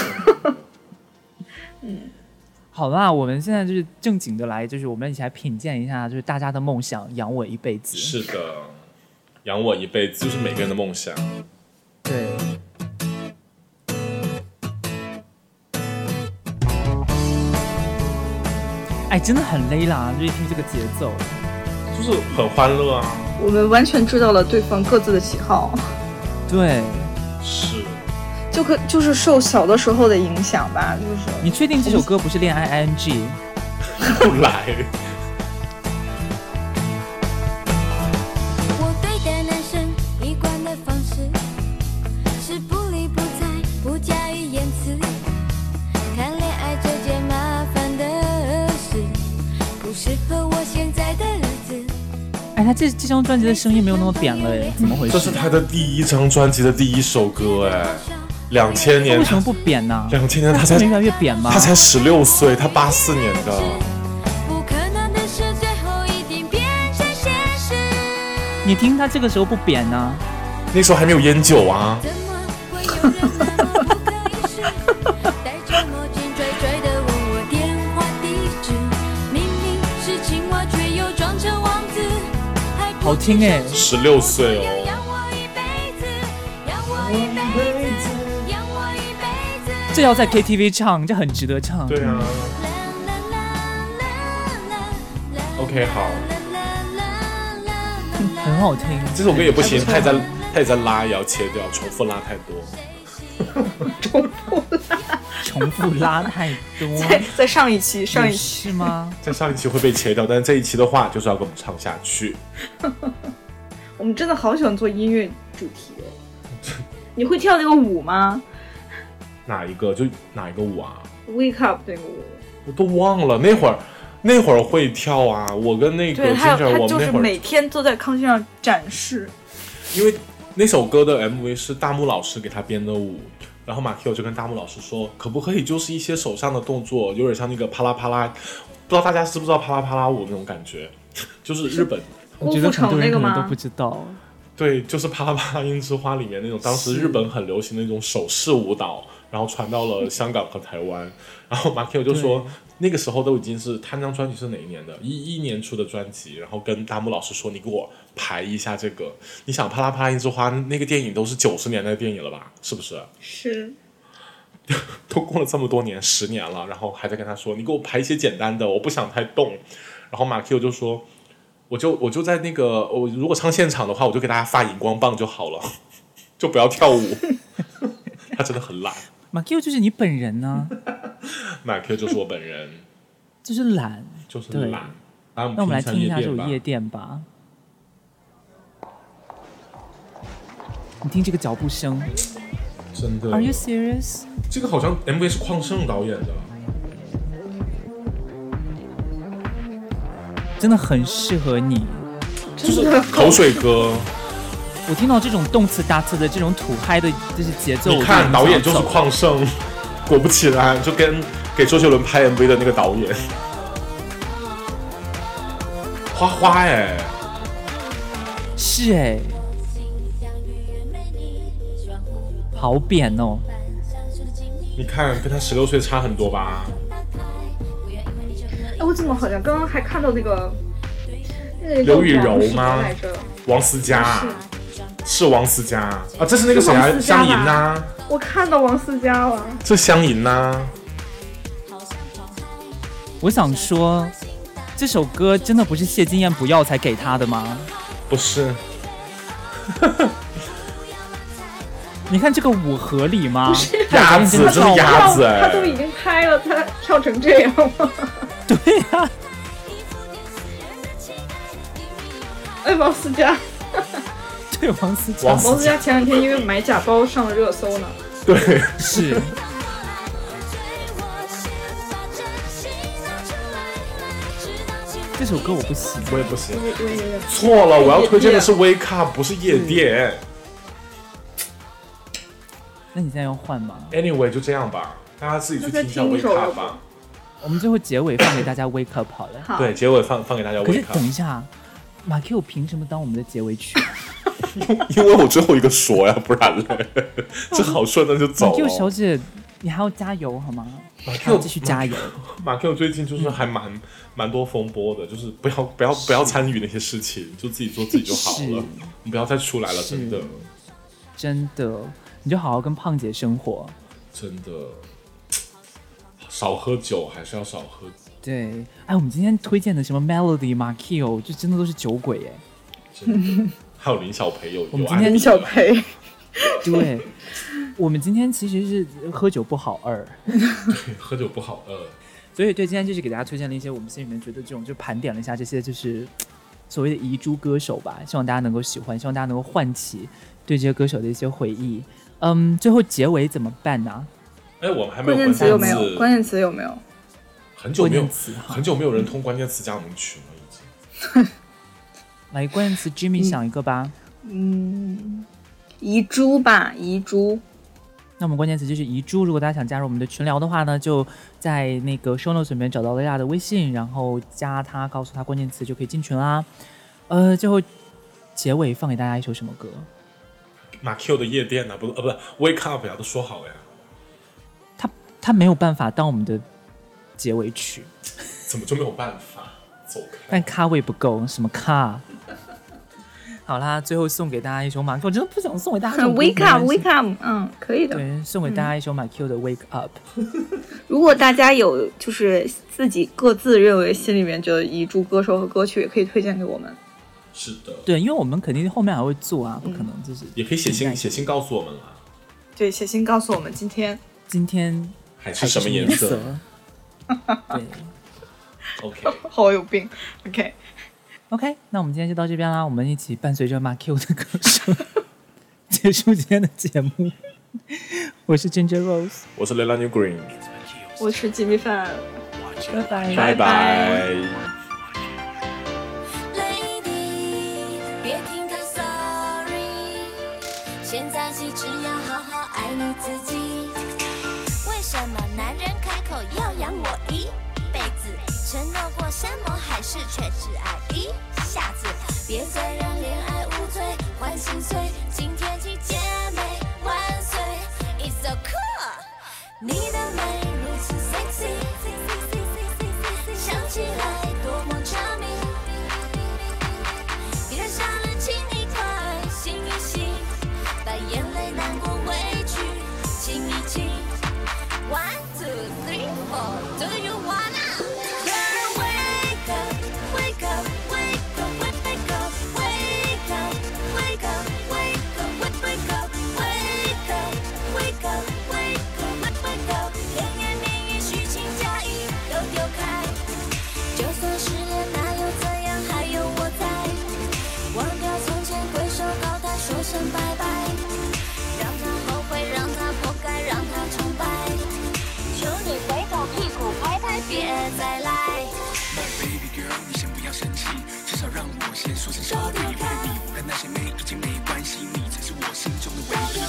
Speaker 1: 好啦，我们现在就是正经的来，就是我们一起来品鉴一下，就是大家的梦想，养我一辈子。
Speaker 2: 是的，养我一辈子就是每个人的梦想。
Speaker 1: 对。哎，真的很累啦，就是听这个节奏。
Speaker 2: 就是很欢乐啊。
Speaker 3: 我们完全知道了对方各自的喜好，
Speaker 1: 对，
Speaker 2: 是，
Speaker 3: 就可就是受小的时候的影响吧，就是
Speaker 1: 你 确定这首歌不是恋爱 ing？
Speaker 2: 后来
Speaker 4: 我对待男生一贯的方式是不理不睬，不加于言辞。谈恋爱这件麻烦的事，不适合我现在的日子。
Speaker 1: 哎，他这这张专辑的声音没有那么扁了，哎，怎么回
Speaker 2: 嗯这
Speaker 1: 事
Speaker 2: 是？他的第一张专辑的第一首歌，哎，两千
Speaker 1: 他
Speaker 2: 年
Speaker 1: 为，什么不扁呢？
Speaker 2: 两千年他
Speaker 1: 他
Speaker 2: 才
Speaker 1: 声音越来越扁吗
Speaker 2: 他？才十六岁，他八四年的，
Speaker 4: 不可能的事，最后一定变成现实。
Speaker 1: 你听他这个时候不扁呢？
Speaker 2: 那时候还没有烟酒啊。
Speaker 4: 怎么会有人那么不可一世？戴着墨镜拽拽的问我电话地址，明明是青蛙，却又装成王子。还不
Speaker 1: 好听
Speaker 4: 知
Speaker 1: 哎
Speaker 4: 是
Speaker 2: 十六岁
Speaker 4: 养
Speaker 2: 哦，
Speaker 4: 我一辈子，养我一辈子，养我一辈子。
Speaker 1: 这要在 KTV 唱，这很值得唱。
Speaker 2: 对啊。
Speaker 4: 啦啦啦啦啦啦
Speaker 2: OK，好
Speaker 4: 啦啦啦
Speaker 1: 很好 听。
Speaker 2: 这首歌也不行，他
Speaker 1: 还
Speaker 2: 也
Speaker 1: 不错啊
Speaker 2: 在他也在拉，也要切掉，重复拉太多。
Speaker 1: 重复拉太多，
Speaker 5: 在在上一期上一
Speaker 1: 也
Speaker 5: 期
Speaker 1: 是吗？
Speaker 2: 在上一期会被切掉，但是这一期的话就是要给我们唱下去。
Speaker 3: 我们真的好喜欢做音乐主题哦。 你会跳那个舞吗
Speaker 2: 哪一个就哪一个舞啊？
Speaker 3: ？Wake up 那个舞。
Speaker 2: 我都忘了那会儿，那会儿会跳啊。我跟那个
Speaker 5: 对
Speaker 2: 金
Speaker 5: 他，
Speaker 2: 晨，
Speaker 5: 他
Speaker 2: 我们
Speaker 5: 就是
Speaker 2: 那会
Speaker 5: 每
Speaker 2: 儿
Speaker 5: 天都在康熙上展示，
Speaker 2: 因为那首歌的 MV 是大木老师给他编的舞，然后马 Q 就跟大木老师说，可不可以就是一些手上的动作，有点像那个啪啦啪啦，不知道大家知不知道啪啦啪啦舞那种感觉，就是日本。
Speaker 1: 我觉得很多人可能
Speaker 3: 郭富城那个
Speaker 1: 都
Speaker 3: 吗
Speaker 1: 不知道。
Speaker 2: 对，就是《啪啦啪啦樱之花》里面那种，当时
Speaker 1: 是
Speaker 2: 日本很流行的那种手势舞蹈，然后传到了香港和台湾。 然后马 Q 就说，那个时候都已经是他那张专辑是哪一年的？一一年出的专辑。然后跟大木老师说，你给我排一下这个。你想《啪啦啪啦樱之花》那个电影都是九十年代的电影了吧？是不是？
Speaker 3: 是，
Speaker 2: 都过了这么多年，十年了，然后还在跟他说，你给我排一些简单的，我不想太动。然后马 Q 就说，我就我就在那个我如果唱现场的话，我就给大家发荧光棒就好了，就不要跳舞。 他真的很懒，
Speaker 1: 马 Q 就是你本人 呢、
Speaker 2: 马 Q 就是我本人，
Speaker 1: 就是懒。
Speaker 2: 就是
Speaker 1: 对
Speaker 2: 懒。那
Speaker 1: 那我们来听一下这首
Speaker 2: 夜店吧
Speaker 1: 《夜店》吧。你听这个脚步声
Speaker 2: 真的
Speaker 1: ，Are you serious？
Speaker 2: 这个好像 MV 是邝胜导演的，
Speaker 1: 真的很适合你。
Speaker 2: 就是口水歌。
Speaker 1: 我听到这种动次打次的这种土嗨的，就是节奏，
Speaker 2: 你
Speaker 1: 我
Speaker 2: 看
Speaker 1: 很
Speaker 2: 导演
Speaker 1: 想
Speaker 2: 就是
Speaker 1: 走
Speaker 2: 邝胜， 果不其然，就跟给周杰伦拍 MV 的那个导演，花花哎、
Speaker 1: 是哎、好扁哦。
Speaker 2: 你看跟他十六岁差很多吧？
Speaker 3: 哎，我怎么好像刚刚还看到那个那个
Speaker 2: 刘雨柔
Speaker 3: 叫什么
Speaker 2: 吗
Speaker 3: 来着？
Speaker 2: 王思佳是王思佳啊，这是那个谁
Speaker 3: 是
Speaker 2: 啊？
Speaker 3: 王思佳吧
Speaker 2: 香银呐、
Speaker 3: 我看到王思佳了。
Speaker 2: 这香银呐、
Speaker 1: 我想说，这首歌真的不是谢金燕不要才给他的吗？
Speaker 2: 不是，
Speaker 1: 你看这个舞合理吗？
Speaker 2: 鸭子，这是鸭子哎、
Speaker 3: 他都已经拍了，他跳成这样了。
Speaker 1: 对啊呀、
Speaker 3: 哎，王思佳，
Speaker 1: 对王思
Speaker 2: 王
Speaker 1: 聪
Speaker 2: 思
Speaker 3: 王思佳前两天因为买假包上了热搜呢。
Speaker 2: 对，
Speaker 1: 是。 这首歌我不行，
Speaker 2: 我也不行。
Speaker 3: 因为因为
Speaker 2: 错了，我要推荐的是 Wake Up，不是夜
Speaker 3: 嗯
Speaker 2: 店。
Speaker 1: 那你现在要换吗？
Speaker 2: Anyway，就这样吧，大家自己去
Speaker 3: 那再
Speaker 2: 听一下
Speaker 3: 听一
Speaker 2: Wake
Speaker 3: 首
Speaker 2: Up
Speaker 3: 吧
Speaker 2: 吧。
Speaker 1: 我们最后结尾放给大家 Wake Up 好了。
Speaker 3: 好，
Speaker 2: 对，结尾放放给大家
Speaker 1: 可是
Speaker 2: Wake Up
Speaker 1: 等。一下，马 Q 凭什么当我们的结尾 曲？
Speaker 2: 因为我最后一个说呀，不然 嘞，这好顺的就
Speaker 1: 马
Speaker 2: 走
Speaker 1: Q 小
Speaker 2: 了。
Speaker 1: 姐，你还要加油好吗？
Speaker 2: 马 Q-
Speaker 1: 还要继续加油。
Speaker 2: 马 Q 最近就是还蛮蛮多风波的，就是不要不要不要参与那些事情，就自己做自己就好了
Speaker 1: 是，
Speaker 2: 你不要再出来了，
Speaker 1: 是
Speaker 2: 真的
Speaker 1: 真的，你就好好跟胖姐生活。
Speaker 2: 真的，少喝酒还是要少喝。
Speaker 1: 对，哎，我们今天推荐的什么 Melody、m a k i o 就真的都是酒鬼哎。
Speaker 2: 真的，还有林小培有
Speaker 1: 我们
Speaker 2: 有
Speaker 1: 今天
Speaker 2: 安利啊
Speaker 3: 林小培，
Speaker 1: 对，我们今天其实是喝酒不好二，
Speaker 2: 喝酒不好呃饿，
Speaker 1: 所以对，今天就是给大家推荐了一些我们心里面觉得这种，就盘点了一下这些就是所谓的遗珠歌手吧，希望大家能够喜欢，希望大家能够唤起对这些歌手的一些回忆。嗯，最后结尾怎么办呢、
Speaker 2: 哎，我们还没
Speaker 3: 关
Speaker 2: 有
Speaker 3: 键词有没
Speaker 2: 关
Speaker 3: 有？
Speaker 2: 键
Speaker 3: 关键词有没有？
Speaker 2: 很久
Speaker 1: 关
Speaker 2: 没有
Speaker 1: 键词哈
Speaker 2: 很久没有人通关键词加我们群了，已经。
Speaker 1: 来，关键词 Jimmy 想一个吧。
Speaker 5: 嗯，遗珠吧，遗珠，
Speaker 1: 那我们关键词就是遗珠。如果大家想加入我们的群聊的话呢，就在那个 show notes 里面找到雷亚的微信，然后加他，告诉他关键词就可以进群啦。呃，最后结尾放给大家一首什么歌？
Speaker 2: 马 Q 的夜店呢、不是呃，不是 Wake Up 呀、都说好了呀，
Speaker 1: 他他没有办法当我们的结尾曲，
Speaker 2: 怎么就没有办法走开？
Speaker 1: 但咖位不够，什么咖？好啦，最后送给大家一首马 Q，我真的不想送给大家 这种歌。没
Speaker 5: wake
Speaker 1: 关
Speaker 5: up
Speaker 1: 系
Speaker 5: wake up，嗯，可以的。
Speaker 1: 对，送给大家一首马 Q 的 Wake Up。
Speaker 5: 如果大家有就是自己各自认为心里面觉得遗珠歌手和歌曲，也可以推荐给我们。
Speaker 2: 是的，
Speaker 1: 对，因为我们肯定后面还会做啊，不可能就是
Speaker 2: 也可以写
Speaker 1: 停在
Speaker 2: 信写信告诉我们啊，
Speaker 3: 对，写信告诉我们今天
Speaker 1: 今天
Speaker 2: 还
Speaker 1: 海
Speaker 2: 是什么
Speaker 1: 颜
Speaker 2: 颜色
Speaker 1: 对
Speaker 2: ？OK，
Speaker 3: 好有病。OK，
Speaker 1: ，OK，那我们今天就到这边啦，我们一起伴随着马 Q 的歌声 结束今天的节目。我是 Ginger Rose，
Speaker 2: 我是 Leila New Green，
Speaker 3: 我是吉米范，
Speaker 1: 拜拜。
Speaker 2: 拜
Speaker 3: 拜拜
Speaker 2: 拜
Speaker 4: Lady，别听他 Sorry，现在起只要好好爱你自己。为什么男人开口要养我一辈子？承诺过山盟海誓，却只爱一下子。别再让恋爱无罪换心碎，今天起姐妹万岁，It's so cool。你的美如此 sexy，想起来多么着迷。别傻了，请你快醒一醒，把眼泪、难过、委屈清一清。One two three four，do you wanna？Girl wake up wake up wake up wake up wake up wake up wake up wake up wake up wake up wake up wake up，甜言蜜语、虚情假意都丢开，就算失恋那又怎样？还有我在，忘掉从前，挥手告他说声拜拜，让他后悔，让他活该，让他崇拜。求你回头屁股拍拍，别再来。
Speaker 6: My baby girl，你先不要生气，至少让我先说声 sorry。为了你，我和那些妹已经没关系，你才是我心中的唯一。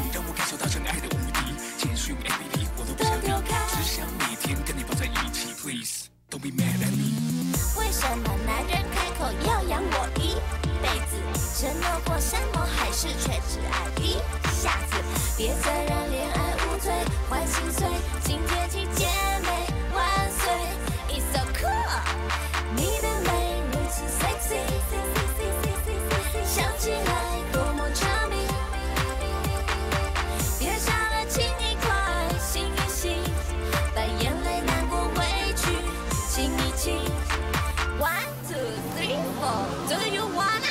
Speaker 6: 你让我感受到真爱的无敌，简讯 APP 我都不想理，只想每天跟你抱在一起。Please don't be mad at me。
Speaker 4: 为什么男人开口要养我一辈子？承诺过山盟海誓，却只爱一下子。别再让恋爱无罪换心碎，今天起姐妹万岁，It's so cool。你的美如此 sexy，想起来多么着迷。别傻了，请你快醒一醒，把眼泪、难过、委屈清一清。One, two, three, four. Do you wanna?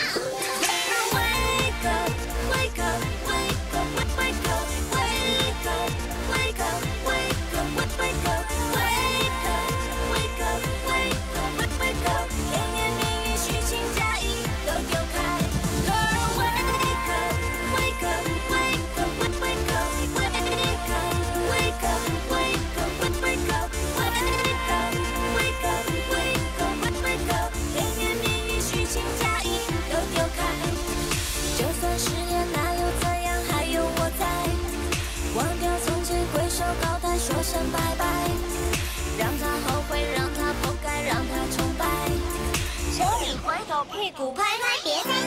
Speaker 4: Wake up, wake up, wake up, wake up, wake up, wake up, wake up, wake up, wake up, wake up, wake up, wake up. 甜言蜜语、虚情假意都丢开。Girl, wake up, wake up, wake up, wake up, wake up, wake up, wake up, wake up, wake up. Wake up, wake up, wake up！甜言蜜语、虚情假意都丢开。就算失恋那又怎样？还有我在。忘掉从前，挥手告白，说声拜拜，让他后悔，让他活该，让他崇拜。求你回头屁股拍拍，别再来。